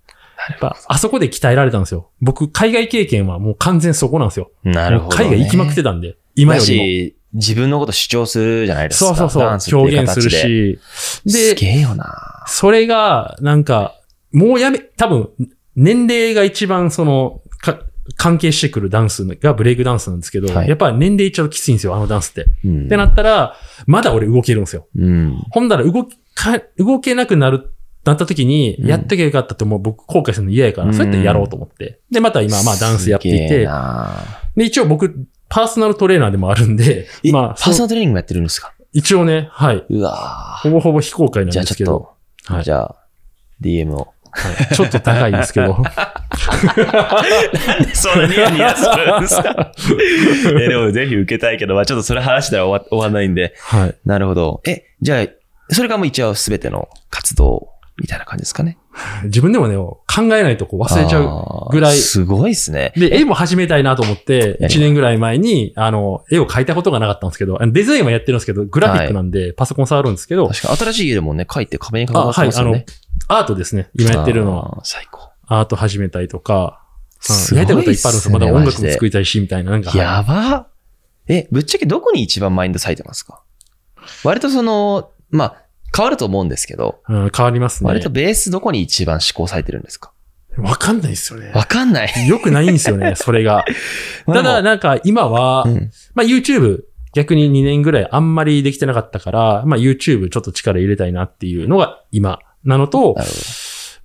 やっぱあそこで鍛えられたんですよ。僕、海外経験はもう完全そこなんですよ。なるほど、ね。海外行きまくってたんで、今だよりも。し、自分のこと主張するじゃないですか。そうそうそうダンスっ、てい表う現す形るで。し。すげで、えよな。それが、なんか、もうやめ、多分、年齢が一番その、か、関係してくるダンスがブレイクダンスなんですけど、はいやっぱ年齢いっちゃうときついんですよ、あのダンスって。っうんてなったら、まだ俺動けるんですよ。うん。ほんだら動きか、動けなくなる、なった時に、うんやっときゃよかったともう僕後悔するの嫌やから、うんそうやってやろうと思って。で、また今、まあダンスやっていすげえて、なで、一応僕、パーソナルトレーナーでもあるんで、えまあ、パーソそナルうトレーニングもやってるんですか一応ね、はい。うわほぼほぼ非公開なんじゃであすちけょっど。と、はいじゃあ、DM を。はいちょっと高いですけ ど。そんなニヤニヤするんです かいやでもぜひ受けたいけど、まあちょっとそれ話したら終わ終わんないんで。 はい。なるほど。え、じゃあ、それがもう一応すべての活動みたいな感じですかね。自分でもね、考えないとこう忘れちゃう。うぐらいすごいですね。で、絵も始めたいなと思って、やります1年ぐらい前に、あの、絵を描いたことがなかったんですけど、あのデザインはやってるんですけど、グラフィックなんで、パソコン触るんですけど、確かに新しい家でもね、書いて壁にあ、飾ってはいま、すあよのね。、アートですね。今やってるのは、あー。最高。アート始めたりとか、すうんごやいりたいことっいっぱいあるんですすよ。まねだ音楽マもジで作りたいし、みたいな、なんか。やばえ、ぶっちゃけどこに一番マインド割いてますか割とその、まあ、変わると思うんですけど、うん、変わりますね。割とベースどこに一番思考されてるんですかわかんないですよね。わかんない。よくないんですよね、そ れが。ただ、なんか今はう、ん、まあ YouTube 逆に2年ぐらいあんまりできてなかったから、まあ YouTube ちょっと力入れたいなっていうのが今なのとな、るほ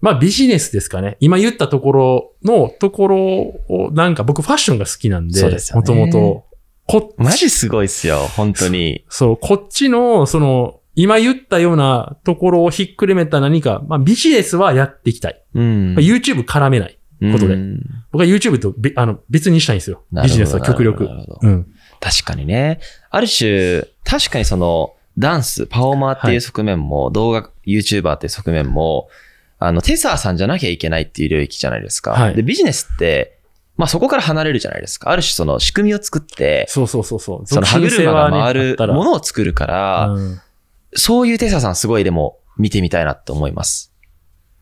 まあビジネスですかね。今言ったところのところをなんか僕ファッションが好きなんでそうです、よもねともと。こど。マジすごいっすよ、本当に。そう、こっちの、その、今言ったようなところをひっくるめた何か、まあビジネスはやっていきたい。うんまあ YouTube 絡めない。ことでうん僕は YouTube とべあの別にしたいんですよ。なるほどビジネスは極力なるほどなるほ。どうん。確かにね。ある種、確かにその、ダンス、パフォーマーってはいいう側面も、動画 YouTuber っていう側面も、あの、テサーさんじゃなきゃいけないっていう領域じゃないですか。はいで、ビジネスって、まあそこから離れるじゃないですか。ある種その仕組みを作って、そうそうそうそう。その歯属性車がはね回あっるたらものを作るから、うんそういうテサーさんすごいでも見てみたいなと思います。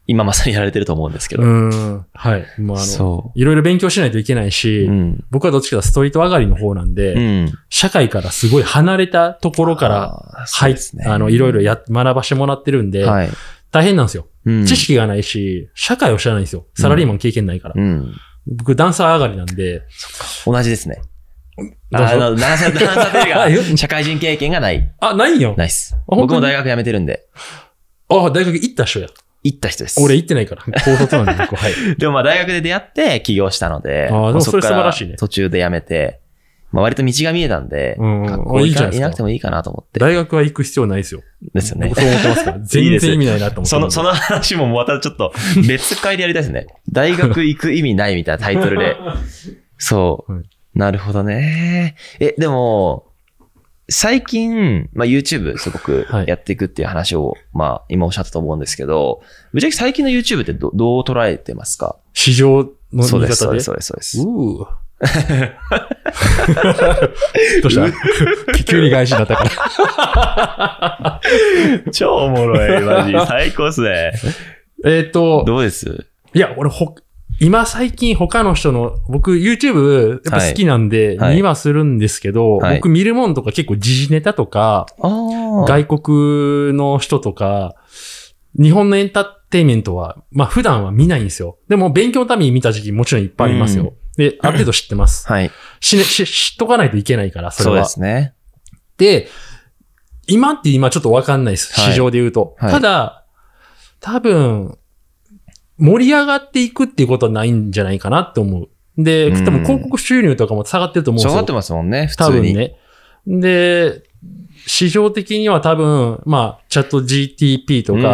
今まさにやられてると思うんですけど。うん。はい。もうあの、そ。いろいろ勉強しないといけないうし、うん。僕はどっちかというとストリート上がりの方なんで、うん。社会からすごい離れたところから、あー、そうはい、ですね。あの、いろいろや、学ばしてもらってるんで、はい。大変なんですよ。うん知。識がないし、社会を知らないんですよ。サラリーマン経験ないから。うん。僕、ダンサー上がりなんで、同じですね。どうぞあの、ダンサー、ダンサーというあか、よ社会人経験がない。 あ、ないんよ。ないっす。本当に僕も大学辞めてるんで、あ、大学行った人や。行った人です。俺行ってない から。高卒なんで、僕、はい。でもまあ大学で出会って起業したので、あーでもまあそれっから素晴らしいね途中で辞めて、まあ割と道が見えたんで、うん学校い行いじゃなかいですいかなくてもいいかなと思って。 大学は行く必要ないですよ。ですよね僕。そう思ってますか ら。いい全です然ね意味ないなと思ってその、その話もまたちょっと別回でやりたいです ね。大学行く意味ないみたいなタイトルで。そうはい。なるほどね。え、でも、最近、まあ、YouTube すごくはいやっていくっていう話を、まあ、今おっしゃったと思うんですけど、ぶっちゃけ最近の YouTube ってどどう捉えてますか市場の見そ方うでで。す、そうです、そうですそうです。 うー。 どうした 急に返しになったから。超おも ろい、マジ。最高っすね。えーっと、どうですいや、俺、ほ、今最近他の人の、僕 YouTube やっぱ好きなんではい見はするんですけど、はい僕見るもんとか結構時事ネタとか、ああ。外国の人とか、日本のエンターテインメントは、まあ普段は見ないんですよ。でも勉強のために見た時期もちろんいっぱいありますよ。うんで、ある程度知ってます。はい。しね、し、知っとかないといけないから、そそれうでは。すね。で、今って今ちょっとわかんないです。はい市場で言うと。はいただ、多分、盛り上がっていくっていうことはないんじゃないかなって思う。で、うん多分広告収入とかも下がってると思うんで下すがよって。ますもんね、普多通分に。ね。で、市場的には多分、まあ、チャット GTP とか、うん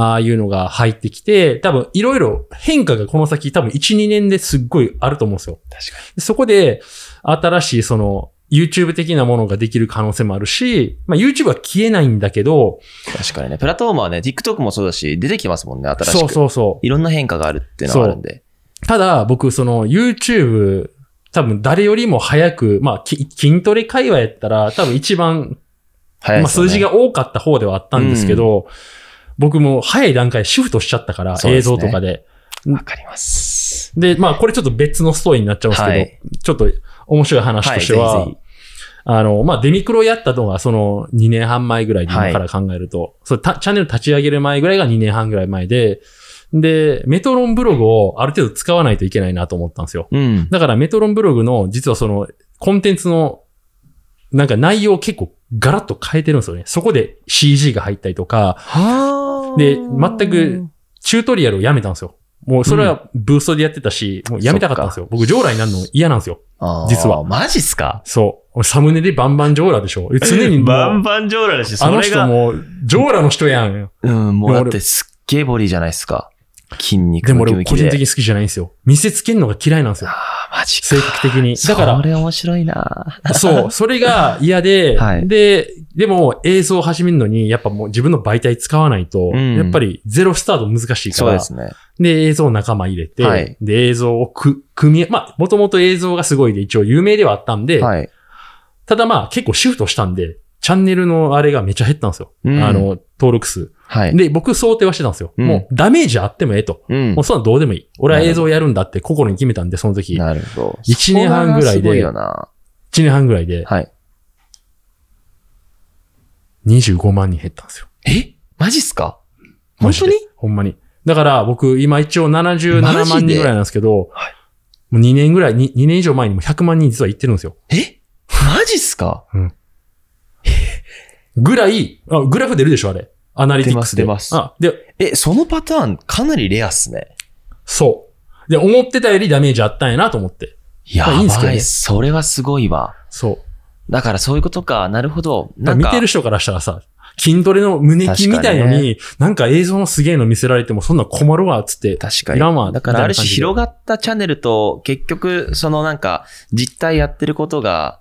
ああいうのが入ってきて、多分いろいろ変化がこの先多分1、2年ですっごいあると思うんですよ。確かに。でそこで、新しいその、YouTube 的なものができる可能性もあるし、まあ YouTube は消えないんだけど、確かにね。プラットフォームはね、TikTok もそうだし、出てきますもんね、新しく。そうそうそいろんな変化があるっていうのはあるんで。う。ただ、僕、その YouTube、多分誰よりも早く、まあ、き筋トレ界隈やったら、多分一番、早いまあですよね数字が多かった方ではあったんですけど、僕も早い段階シフトしちゃったから、そう映ですね像とかで。わかります。で、まあ、これちょっと別のストーリーになっちゃうんですけど、はいちょっと面白い話としては、はいぜひぜあの、まあ、デミクロやったのが、その2年半前ぐらいには今いから考えると、そうたチャンネル立ち上げる前ぐらいが2年半ぐらい前で、で、メトロンブログをある程度使わないといけないなと思ったんですよ。ひうん。だからメトロンブログの、実はその、コンテンツの、なんか内容を結構ガラッと変えてるんですよね。そこで CG が入ったりとか、はで全く、チュートリアルをやめたんですよ。もうそれはブーストでやってたし、もうやめたかったんですよ。僕、将来になるの嫌なんですよ。実実はは。マジっすかそう。俺サムネでバンバンジョーラでしょ。常にも うバンバンジョーラだし、あそのれ人が。も、ジョーラの人やん。うん、もうだっでも俺てすっげえボディじゃないですか。筋肉でもムキム俺、キ個人的に好きじゃないんですよ。見せつけるのが嫌いなんですよ。ああ、マジ性か。格的に。だそかれ面白いなら、そう、それが嫌で、はいで、でも映像を始めるのに、やっぱもう自分の媒体使わないと、うんやっぱりゼロスタート難しいかそうら、ですね。で、映像を仲間入れて、はいで、映像をく組み、まあ、もともと映像がすごいで一応有名ではあったんで、はい。ただまあ結構シフトしたんで、チャンネルのあれがめちゃ減ったんですよ。うんあの、登録数。はい。で、僕想定はしてたんですよ。うんもうダメージあってもええと。うんもうそんなんどうでもいい。俺は映像やるんだって心に決めたんで、その時。1なるほど。一年半ぐらいでそこがすごいよな年半ぐらいではい。 25万人減ったんですよ。えマジっすかマ本ジ当でにほんまに。だから僕今一応77マ万ジで人ぐらいなんですけど、はいもう2年ぐらい、2, 年以上前にも100万人実は行ってるんですよ。えマジっすかぐらい、あグラフ出るでしょ、あれ。アナリティクスで。出ます出ますあ、で、え、そのパターンかなりレアっすね。そう。で、思ってたよりダメージあったんやなと思って。やまあいいんすけどばねい、それはすごいわ。そう。だからそういうことか。なるほど。だなからん見か、てる人からしたらさ、筋トレの胸筋みたいの確かに、になんか映像のすげえの見せられてもそんなん困るわ、つって。確かに。いらんわだからあるみた種いな感じで広がったチャンネルと、結局、そのなんか、実態やってることが、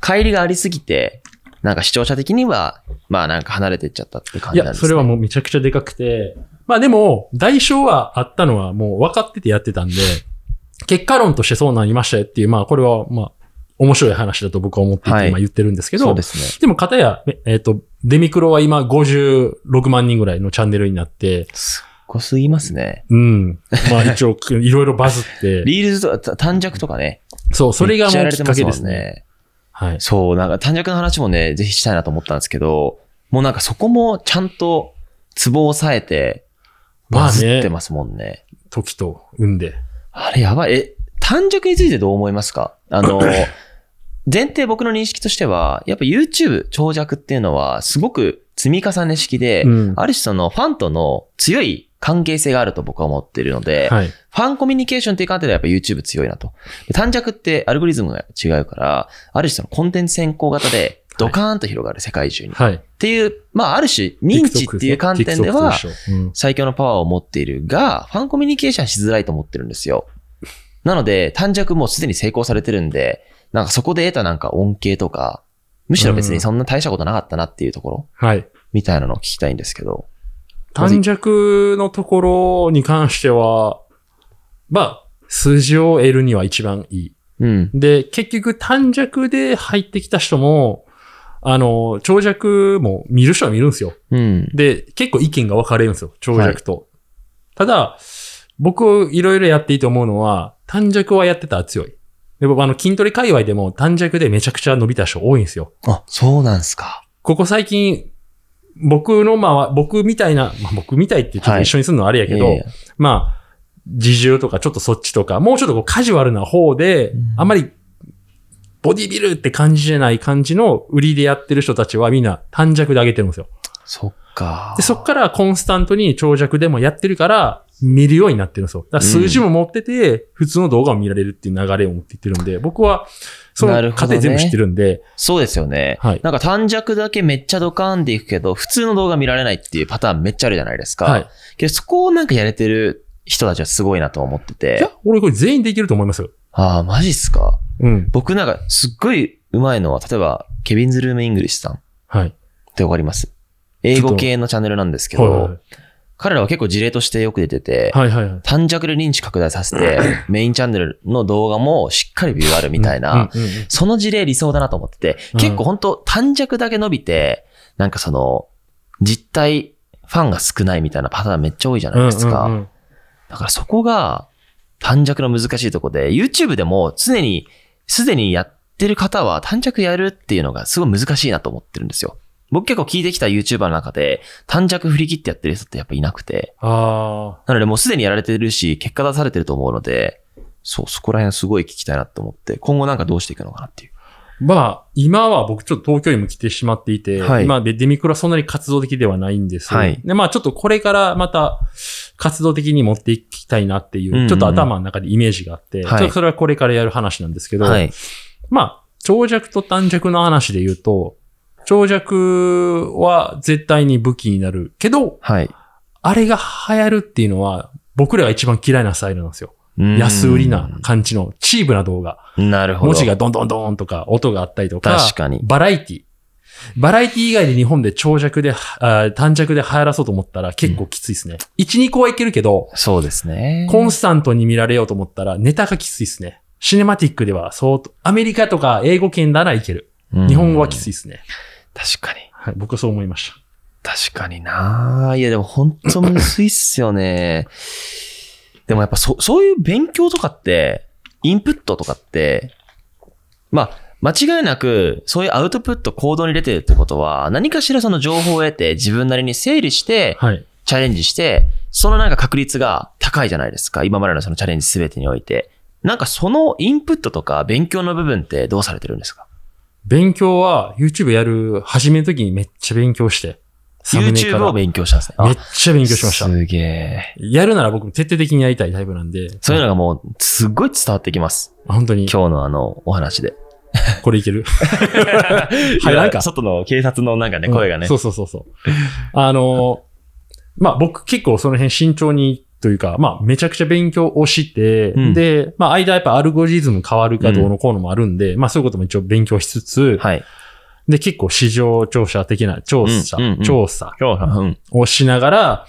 乖離がありすぎて、なんか視聴者的には、まあなんか離れてっちゃったって感いじなんや、ですそね。れはもうめちゃくちゃでかくて、まあでも、代償はあったのはもう分かっててやってたんで、結果論としてそうなりましたよっていう、まあこれはまあ、面白い話だと僕は思っていて、はい今言ってるんですけど、そうでですね。も片や、えっ、と、デミクロは今56万人ぐらいのチャンネルになって、すっごすぎますね。うん。まあ一応、 いろいろバズって、 リールズとかた短尺とかね。そう、それがもうきっかけめでっちゃやられてますすもんね。ね。はい。そう、なんか短尺の話もね、ぜひしたいなと思ったんですけど、もうなんかそこもちゃんとツボを押さえて、まバあズってね、ますもんね。時と産んで。あれやばい。え、短尺についてどう思いますかあ の、前提僕の認識としては、やっぱ YouTube 長尺っていうのはすごく積み重ね式で、うん。ある種そのファンとの強い関係性があると僕は思ってるので、はい。ファンコミュニケーションっていう観点ではやっぱ YouTube 強いなと。で短尺ってアルゴリズムが違うから、ある種そのコンテンツ先行型でドカーンと広がる世界中に。はい。っていう、まあある種認知っていう観点で TikTok はと一緒うん最強のパワーを持っているが、ファンコミュニケーションはしづらいと思ってるんですよ。なので短尺もうすでに成功されてるんで、なんかそこで得たなんか恩恵とか、むしろ別にそんな大したことなかったなっていうところはい。みたいなのを聞きたいんですけど。短尺のところに関しては、まあ、数字を得るには一番いい。うん。で、結局短尺で入ってきた人も、あの、長尺も見る人は見るんですよ。うん。で、結構意見が分かれるんですよ、長尺と。ただ、僕、いろいろやっていいと思うのは、短尺はやってたら強い。で、僕、あの、筋トレ界隈でも短尺でめちゃくちゃ伸びた人多いんですよ。あ、そうなんすか。ここ最近、僕の、まあ、僕みたいな、まあ、僕みたいってちょっと一緒にするのはあれやけど、いやいやまあ、自重とかちょっとそっちとか、もうちょっとこうカジュアルな方で、うんあんまりボディビルって感じじゃない感じの売りでやってる人たちはみんな短尺で上げてるんですよ。そっか。で、そっからコンスタントに長尺でもやってるから、見るようになってるんですよ。だから数字も持ってて、普通の動画を見られるっていう流れを持っていってるんで、僕は、そなるのほど過ね程全部知ってるんで、そうですよね。はいなんか短尺だけめっちゃドカーンでいくけど、普通の動画見られないっていうパターンめっちゃあるじゃないですか。はい。けどそこをなんかやれてる人たちはすごいなと思っていてや。、俺これ全員できると思いますよ。ああ、マジっすか。うん。僕なんかすっごい上手いのは、例えば、ケビンズルームイングリッシュさんっはい。てわかります英語系のチャンネルなんですけはど、彼らは結構事例としてよく出ててい、はいはいはい。短尺で認知拡大させ て、メインチャンネルの動画もしっかりビューあるみたいな、うん。うんうんその事例理想だなと思ってて、うん結構本当短尺だけ伸びて、なんかその、実体、ファンが少ないみたいなパターンめっちゃ多いじゃないですか。うんうんうんだからそこが、短尺の難しいとこで、YouTube でも常に、すでにやってる方は短尺やるっていうのがすごい難しいなと思ってるんですよ。僕結構聞いてきた YouTuber の中で、短尺振り切ってやってる人ってやっぱいなくて、ああ。なのでもうすでにやられてるし、結果出されてると思うので、そう、そこら辺すごい聞きたいなと思って、今後なんかどうしていくのかなっていう。まあ、今は僕ちょっと東京にも来てしまっていて、はい今でデミクロはそんなに活動的ではないんですよはいで、まあちょっとこれからまた活動的に持っていきたいなっていうう、んうんうんちょっと頭の中でイメージがあって、はいちょっとそれはこれからやる話なんですけど、はい。まあ、長尺と短尺の話で言うと、長尺は絶対に武器になるけど、はい。あれが流行るっていうのは、僕らが一番嫌いなスタイルなんですよ。安売りな感じのチープな動画。うん。なるほど。文字がどんどんどんとか、音があったりとか、確かにバラエティ。バラエティ以外で日本で長尺で、あ短尺で流行らそうと思ったら結構きついですね。1、2個はいけるけど、そうですね。コンスタントに見られようと思ったらネタがきついですね。シネマティックでは相当、アメリカとか英語圏ならいける。日本語はきついい。ですね。確かに。はい、僕はそう思いました。確かにないや、でも本当むずいっすよ ね。でもやっぱそ、そういう勉強とかって、インプットとかって、まあ、間違いなく、そういうアウトプット行動に出てるってことは、何かしらその情報を得て、自分なりに整理して、はい。チャレンジして、そのなんか確率が高いじゃないですか。今までのそのチャレンジすべてにおいて。なんかそのインプットとか勉強の部分ってどうされてるんですか勉強は YouTube やる始めの時にめっちゃ勉強して。サムネか ?YouTube らをめっ勉強したんですね。ちゃ勉強しました。すげえ。やるなら僕も徹底的にやりたいタイプなんで。そういうのがもう、すっごい伝わってきます。本当に今日のあの、お話で。これいけるはいなんか外の警察のなんかね、うん声がね。そうそうそうそう。あのーまあ僕結構その辺慎重にというか、まあめちゃくちゃ勉強をして、うんで、まあ間やっぱアルゴリズム変わるかどうのこうのもあるんで、まあそういうことも一応勉強しつつ、はい。で結構市場調査的な調査、うんうんうん調査今日は、うん。をしながら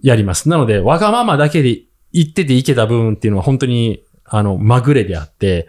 やります。なので、わがままだけで言ってていけた部分っていうのは本当に、あの、まぐれであって、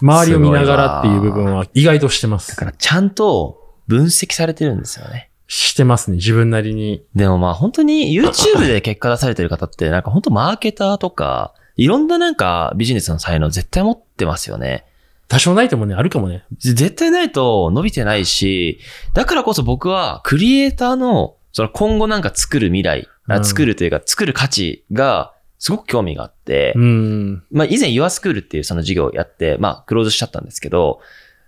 周りを見ながらっていう部分は意外としてます。だから、ちゃんと、分析されてるんですよね。してますね、自分なりに。でもまあ本当に YouTube で結果出されてる方ってなんか本当マーケターとか、いろんななんかビジネスの才能絶対持ってますよね。多少ないともね、あるかもね。絶対ないと伸びてないし、だからこそ僕はクリエイターのその今後なんか作る未来、あうん作るというか作る価値がすごく興味があって、うん。まあ以前 Your School っていうその授業をやって、まあクローズしちゃったんですけど、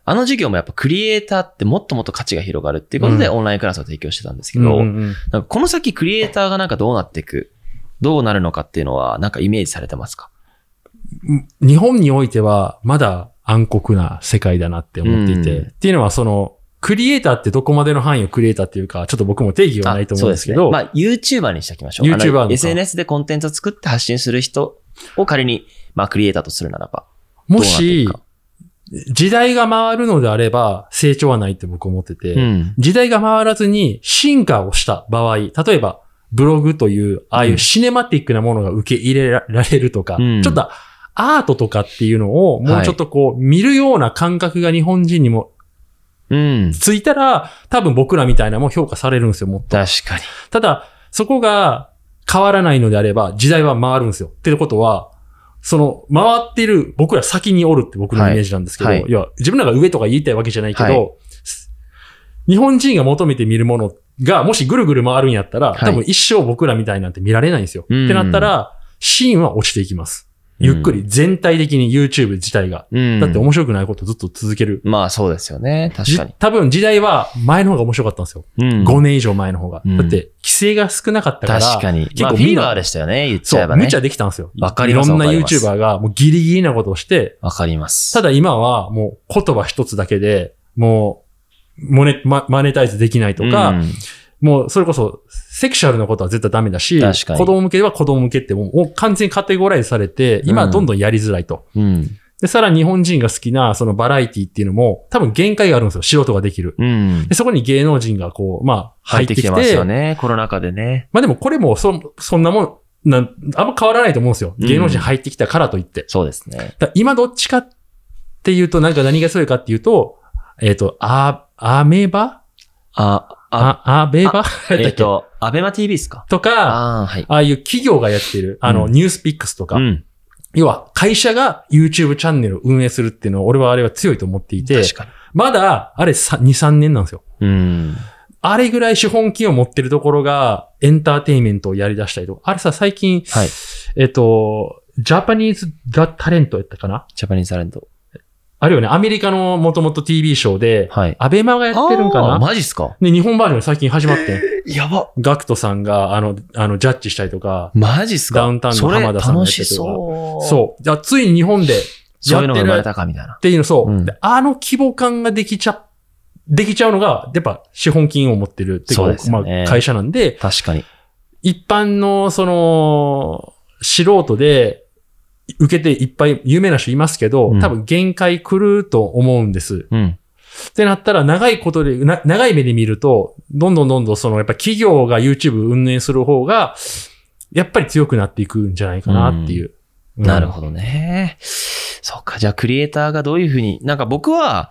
あの授業もやっぱクリエイターってもっともっと価値が広がるっていうことでうオンラインクラスを提供してたんですけうんど、うんうんなんかこの先クリエイターがなんかどうなっていく、どうなるのかっていうのはなんかイメージされてますか日本においては、まだ暗黒な世界だなって思っていて。うんっていうのは、その、クリエイターってどこまでの範囲をクリエイターっていうか、ちょっと僕も定義はないと思うんですけあそど、うですね、まあ YouTuber にしておきましょう。あの YouTuber のか SNS でコンテンツを作って発信する人を仮に、まあクリエイターとするならば。もどしうなっ、時代が回るのであれば、成長はないって僕思ってて、ていくかうん。時代が回らずに進化をした場合、例えば、ブログという、ああいうシネマティックなものが受け入れられるとか、うんちょっとアートとかっていうのをもうちょっとこう見るような感覚が日本人にもうん。ついたら、多分僕らみたいなのも評価されるんですよ、もっと。確かに。ただ、そこが変わらないのであれば、時代は回るんですよ。ってことは、その、回ってる、僕ら先におるって僕のイメージなんですけど、はいいはいや、自分らが上とか言いたいわけじゃないけど、はい日本人が求めて見るものが、もしぐるぐる回るんやったら、はい多分一生僕らみたいなんて見られないんですよ。うんってなったら、シーンは落ちていきます。ゆっくり、全体的に YouTube 自体が。うん。だって面白くないことずっと続ける。まあそうですよね。確じかに。多分時代は前の方が面白かったんですよ。うん5年以上前の方が。うんだって、規制が少なかったから、確かに。結構まあフみィーんなバーでしたよね、言っちそゃえうば、ね無。茶できたんですよ。わかりますいろんなわかります YouTuber がもうギリギリなことをして、わかります。ただ、だ今はもう言葉一つだけで、もう、モネ、ママネタイズできないとか、もうそれこそ、セクシャルなことは絶対ダメだし、確かに子供向けは子供向けってもうもう完全にカテゴライズされて、今はどんどんやりづらいと。うん。で、さらに日本人が好きな、そのバラエティっていうのも、多分限界があるんですよ。素人ができる。うんで、。そこに芸能人がこう、まあ、入入っっててききてて、ますよね、コロナ禍でね。まあでもこれもそ、そんなもん、なん、あんま変わらないと思うんですよ。うん芸能人入ってきたからといって。そうですね。だから今どっちかっていうと、なんか何が強いかっていうと、えっ、と、あ、アメバあ、あ、あ、アベバえっ、だっけと、アベマ TV ですかとか、あああー、はい。あいう企業がやってる、あの、うニュースピックスとか、うん。要は会社が YouTube チャンネルを運営するっていうのは、俺はあれは強いと思っていて、確かまだ、あれさ2、3年なんですよ。に。うん。あれぐらい資本金を持ってるところが、エンターテインメントをやり出したりとか、あれさ、最近、はい。えっと、ジャパニーズ・ガ・タレントやったかなジャパニーズタレント。あるよね、アメリカのもともと TV ショーで、はい。アベマがやってるんかあーなマジっすかで、日本バージョン最近始まってん、やば。ガクトさんが、あの、あの、ジャッジしたりとか、マジっすかダウンタウンの浜田さんがやってるそれ楽しそう。う。そう。じゃあ、ついに日本で、そういうのが生まれたかみたいなっ。ていうの、そう、うんであの規模感ができちゃ、できちゃうのが、やっぱ資本金を持ってる、っていそううでかすよねまあ、会社なんで、確かに。一般の、その、素人で、受けていっぱい有名な人いますけど、うん多分限界来ると思うんです。うん。ってなったら、長いことで、な長い目で見ると、どんどんどんどん、その、やっぱ企業が YouTube 運営する方が、やっぱり強くなっていくんじゃないかなっていう。うんなるほどね。そっか。じゃあ、クリエイターがどういうふうに、なんか僕は、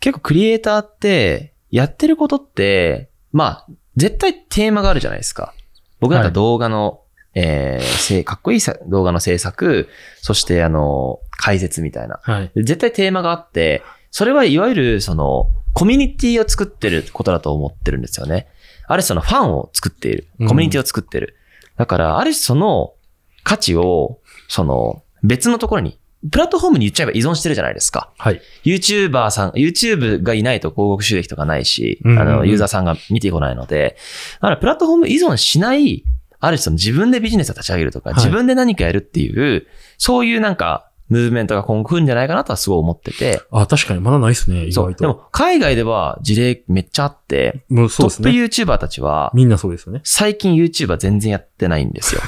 結構クリエイターって、やってることって、まあ、絶対テーマがあるじゃないですか。僕なんかはい動画の、えーせい、かっこいいさ動画の制作、そして、あの、解説みたいな。はい。絶対テーマがあって、それはいわゆるその、コミュニティを作ってることだと思ってるんですよね。ある種そのファンを作っている。コミュニティを作ってる。だから、ある種その価値を、その、別のところに、プラットフォームに言っちゃえば依存してるじゃないですか。はい。 YouTuber さん、YouTube がいないと広告収益とかないし、うんうんうんあの、ユーザーさんが見てこないので、だからプラットフォーム依存しない、ある種その自分でビジネスを立ち上げるとか、はい自分で何かやるっていう、そういうなんか、ムーブメントが今後来るんじゃないかなとはすごい思ってて、あ、確かにまだないですね、意そう。外でと。も、海外では事例めっちゃあって、もうそうトですップね。 YouTuber たちは、みんなそうですよね。最近 YouTuber 全然やってないんです よ。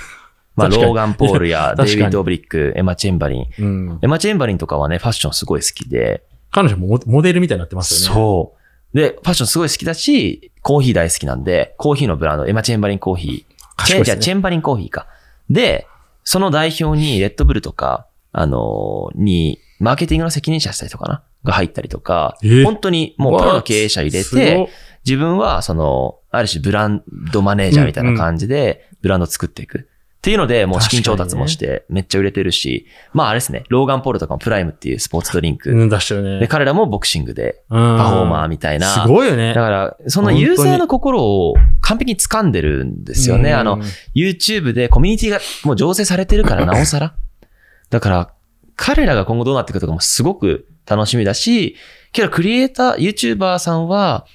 まあ、確かにローガン・ポールや 確かにデイビッド・オブリック、エマ・チェンバリン。うんエ。マ・チェンバリンとかはね、ファッションすごい好きで、彼女もモモデルみたいになってますよね。そう。で、ファッションすごい好きだし、コーヒー大好きなんで、コーヒーのブランド、エマ・チェンバリンコーヒー。チ賢ェいン、っじすゃねあチェンバリンコーヒーか。で、その代表にレッドブルとか、あのーに、マーケティングの責任者したりとかな、が入ったりとか、えー本当にもうプロの経営者入れすごて、っ、自分はその、ある種ブランドマネージャーみたいな感じで、ブランド作っていく。っていうので、もう資金調達もして、めっちゃ売れてるし、まああれですね、ローガンポールとかもプライムっていうスポーツドリンク。うん、出してるね。で、彼らもボクシングで、パパフォーマーみたいな。すごいよね。だから、そのユーザーの心を完璧に掴んでるんですよね。うんあの、、YouTube でコミュニティがもう醸成されてる から、なおさら。だから、彼らが今後どうなっていくとかもすごく楽しみだし、けどクリエイター、YouTuber さんは、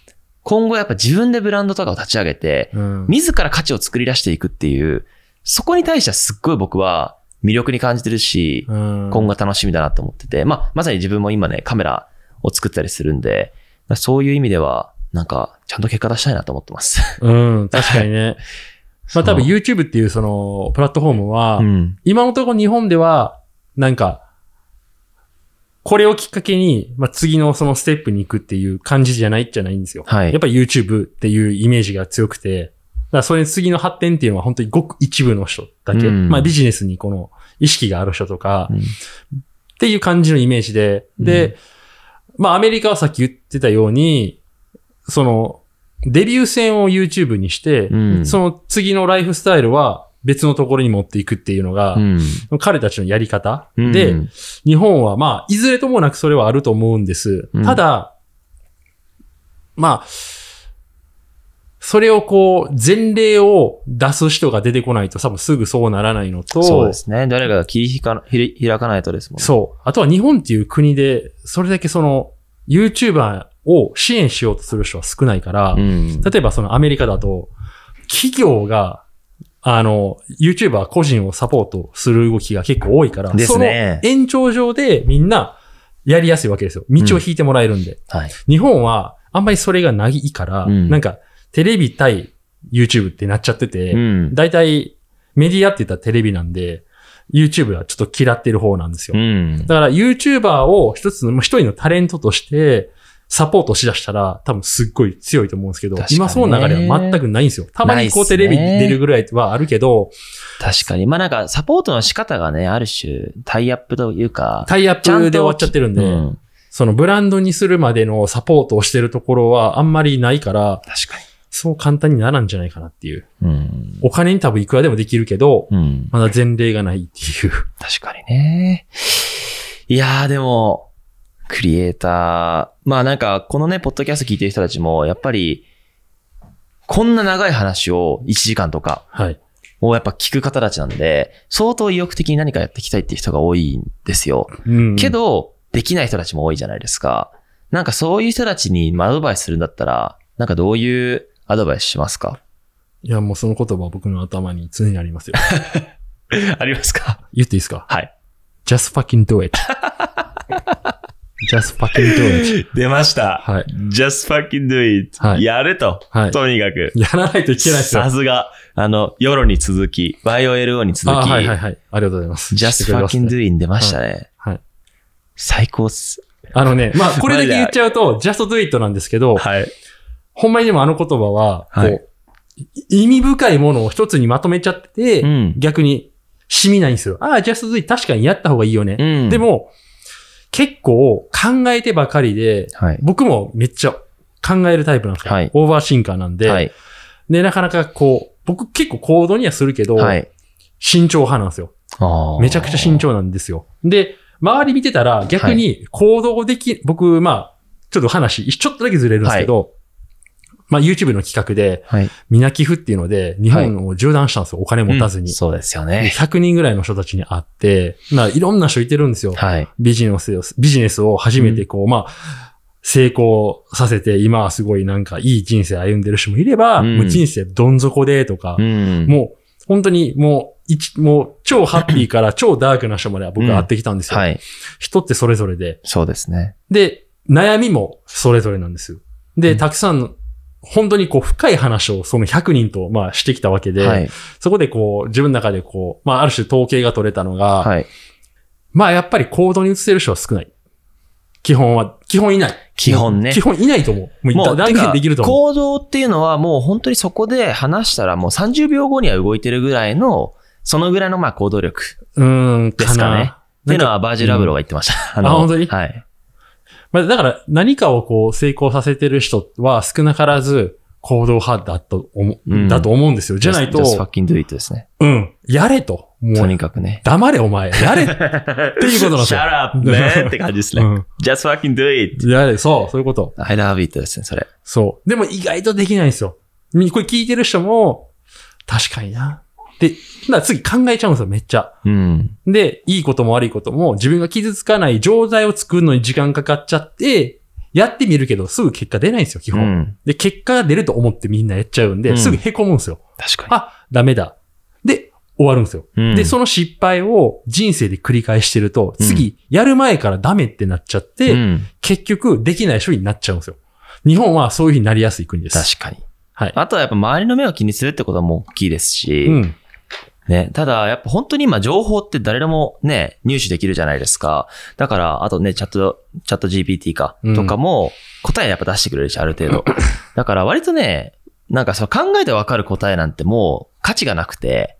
今後やっぱ自分でブランドとかを立ち上げて、うん、自ら価値を作り出していくっていう、そこに対してはすっごい僕は魅力に感じてるし、うん今後が楽しみだなと思ってて、まあ、まさに自分も今ね、カメラを作ったりするんで、まあそういう意味では、なんか、ちゃんと結果出したいなと思ってます。うん、確かに ね。まあ多分 YouTube っていうそのプラットフォームは、うん。今のところ日本では、なんか、これをきっかけに、まあ、次のそのステップに行くっていう感じじゃないじゃないんですよ。 はいやっぱ YouTube っていうイメージが強くて、だからそれに次の発展っていうのは本当にごく一部の人だけ、うんまあビジネスにこの意識がある人とか、うんっていう感じのイメージで、で、まあアメリカはさっき言ってたように、その、デビュー戦を YouTube にして、うんその次のライフスタイルは別のところに持っていくっていうのが、うん。彼たちのやり方、うんで、日本はまあ、いずれともなくそれはあると思うんです。うんただ、まあ、それをこう、前例を出す人が出てこないと多分すぐそうならないのと、そうですね。誰かが切りひかひり開かないとですもんね。そう。あとは日本っていう国で、それだけその、YouTuber を支援しようとする人は少ないから、うん。例えばそのアメリカだと、企業が、あの、YouTuber 個人をサポートする動きが結構多いから、ですねその延長上でみんなやりやすいわけですよ。道を引いてもらえるんで。はい。日本はあんまりそれがないから、うんなんかテレビ対 YouTube ってなっちゃってて、うん。大体メディアって言ったらテレビなんで、YouTube はちょっと嫌ってる方なんですよ。うん。だから YouTuber を一つの、まあ一人のタレントとして、サポートしだしたら、多分すっごい強いと思うんですけど、確かにね今その流れは全くないんですよ。たまにこなういテっすねレビに出るぐらいはあるけど、確かに。まあ、なんか、サポートの仕方がね、ある種、タイアップというか、タイアップで終わっちゃってるんで、うん。そのブランドにするまでのサポートをしてるところはあんまりないから、確かそう簡単にならんじゃないかなっていう。に。うん。お金に多分いくらでもできるけど、うん。まだ前例がないっていう。 確かにね。いやーでも、クリエイター、まあなんか、このね、ポッドキャスト聞いてる人たちも、やっぱり、こんな長い話を1時間とかはい。をやっぱ聞く方たちなんで、相当意欲的に何かやっていきたいっていう人が多いんですよ。うんけ、ど、できない人たちも多いじゃないですか。なんかそういう人たちにまあアドバイスするんだったら、なんかどういうアドバイスしますかいやもうその言葉は僕の頭に常にありますよ。 ありますか言っていいですかはい。 Just fucking do it. Just fucking do it. 出ましたはい。 Just fucking do it. はいやれと。はい。とにかく。やらないといけないですよ。さすが、あの、ヨロに続き、バイオ LO に続あき、はいはいはい。ありがとうございます。して Just くれますね fucking doing 出ましたね。はい。最高っす。あのね、まあ、これだマジけで言っちゃうと、just do it なんですけど、はい。ほんまにでもあの言葉は、こ、はいうい意味深いものを一つにまとめちゃってて、うん逆に、しみないんですよ。ああ、just do it 確かにやった方がいいよね。うん。で、も、結構考えてばかりで、はい。僕もめっちゃ考えるタイプなんですよ。はいオーバーシンカーなんで、はい。で、なかなかこう、僕結構行動にはするけど、はい。慎重派なんですよ。あーめちゃくちゃ慎。重なんですよ。で、周り見てたら逆に行動でき、僕、まあ、ちょっと話、ちょっとだけずれるんですけど、まあ YouTube の企画で、はい。みな寄付っていうので、日本を縦断したんですよ、お金持たずうんに。そうですよでね。 100人ぐらいの人たちに会って、まあいろんな人いてるんですよ。はい。ビジネスを、ビジネスを初めてこう、まあ、成功させて、今はすごいなんかいい人生歩んでる人もいれば、うんもう人生どん底でとかう、ん。もう、本当にもう、一、もう、超ハッピーから超ダークな人までは僕は会ってきたんですよ。はい。人ってそれぞれで。そうですね。で、悩みもそれぞれなんですよ。うで、んたくさんの、本当にこう、深い話をその100人と、まあ、してきたわけで、はい。そこでこう、自分の中でこう、まあ、ある種統計が取れたのが、はい。まあ、やっぱり行動に移せる人は少ない。基本は、基本いない。基本ね基本いないと思う。ももう、う、断てか言できると思行う。動っていうのはもう本当にそこで話したらもう30秒後には動いてるぐらいの、そのぐらいのまあ行動力。うーん、ですかねなていうのはバージル・アブローが言ってました。のあ本当にはい。まあ、だから何かをこう成功させてる人は少なからず行動派だと思,、ううんだと思うんですよ。じゃないと、 Just just fucking do it ですね。うん、やれと。もとうに、かくね。黙れお前、やれ。っていうことなんですよ Shut up, man! って感じですね。うん Just fucking do it! やれ、そう、そういうこと。 I love it ですね、それ。そう。でも意外とできないんですよ。みこれ聞いてる人も、確かにな。で、だから次考えちゃうんですよ、めっちゃ。うん。で、いいことも悪いことも、自分が傷つかない状態を作るのに時間かかっちゃって、やってみるけど、すぐ結果出ないんですよ、基う本。ん。で、結果が出ると思ってみんなやっちゃうんで、うんすぐ凹むんですよ。確かあ、ダメだ。で、終わるんですよ。に。うんで、その失敗を人生で繰り返してると、うん次、やる前からダメってなっちゃって、うん結局、できない人になっちゃうんですよ。日本はそういうふうになりやすい国です。確かに。はい。あとはやっぱ周りの目を気にするってことも大きいですし、うん。ね、ただやっぱ本当に今情報って誰でもね、入手できるじゃないですか。だから、あとね、チャット、チャット GPT か、うんとかも答えやっぱ出してくれるし、ある程 度。だから割とね、なんかその考えてわかる答えなんてもう価値がなくて、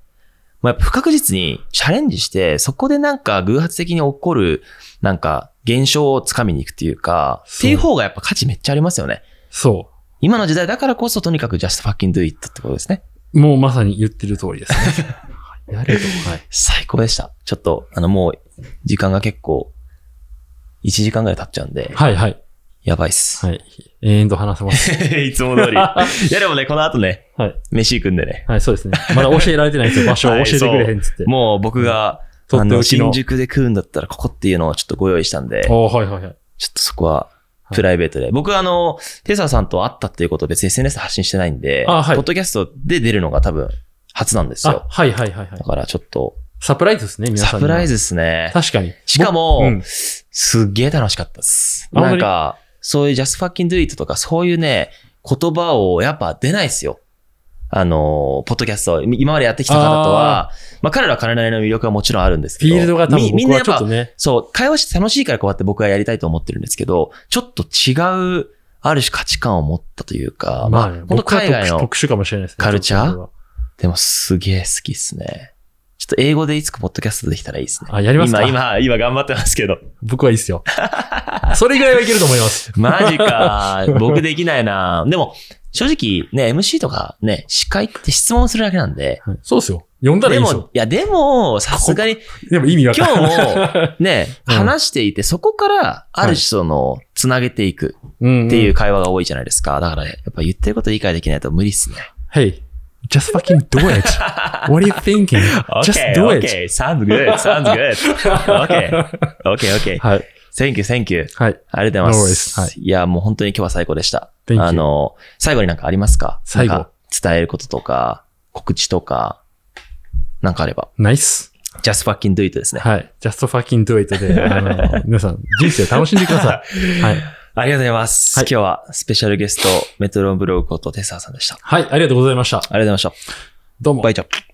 まあ、やっぱ不確実にチャレンジして、そこでなんか偶発的に起こる、なんか現象をつかみに行くっていうか、っそうていう方がやっぱ価値めっちゃありますよね。そ今の時代だからこそとにかく just fucking do it ってことですね。う。もうまさに言ってる通りですね。はい やれと。はい。最高でした。ちょっと、あの、もう、時間が結構、1時間ぐらい経っちゃうんで、はいはい。やばいっす。はい。永遠と話せ ます。 い、つ も通り。いや、でもね、この後ね、はい。飯行くんでね、はい、そうですね。まだ教えられてないんですよ。場所を はい教えてくれへんっつって。もう僕が、とあっての、おきの新。宿で食うんだったら、ここっていうのをちょっとご用意したんで、ちょっおーはいはいはい。とそこは、プライベートで。僕はあの、テサさんと会ったっていうことを別に SNS で発信してないんで、あはいポッドキャストで出るのが多分、初なんですあよ、。はいはいはいはいだ。からちょっと、サプライズですね、皆さんサには。プライズですね。確かに。しかも、僕うんすっげえ楽しかったです。あ本当なにんか、そういう just fucking do it とか、そういうね、言葉をやっぱ出ないですよ。あのー、ポッドキャストを今までやってきた方とは、まあ彼らは彼なりの魅力はもちろんあるんですフけど、ィールドが多分みみん僕なやはっちょっとぱ、ね、そう、会話して楽しいからこうやって僕はやりたいと思ってるんですけど、ちょっと違う、ある種価値観を持ったというか、ままあ、あね、本当僕は海外特の、特殊かもしれないですね。カルチャーちょっとこでもすげえ好きですね。ちょっと英語でいつかポッドキャストできたらいいですねれ。はあ、やります今、か今、今頑張ってますけど。僕はいいっすよ。 それぐらいはいけると思います。マジか。僕できないな。でも、正直ね、MC とかね、司会って質問するだけなんで。そうですよ。呼んだらいでいですよ。も、いや、でも、さすがに、でも意味わ今かん日ない。 も、ね、うん話していて、そこから、あはる種いその、つなげていく今っていう。会話が多いじゃないですか。だから、やっぱ言ってること理解できないと無理っすね。 Hey, just fucking do it. What are you thinking? Just do it. sounds good, sounds good. Okay, okay, okay. はい。 Thank you, thank you. はい。ありがとうございます。、No worries. はいや、もう本当に今日は最高でした。 Thank you. あの、最後になんかありますか最後なんか伝えることとか、告知とか、なんかあれば。ナイス。 just fucking do it ですね。はい。just fucking do it で、あの、皆さん、人生楽しんでください。はい。ありがとうございます。はい今日はスペシャルゲスト、メトロンブログことテサーさんでした。あはい、ありがとうございました。りがとうございましどうもた。バ。イチャップ。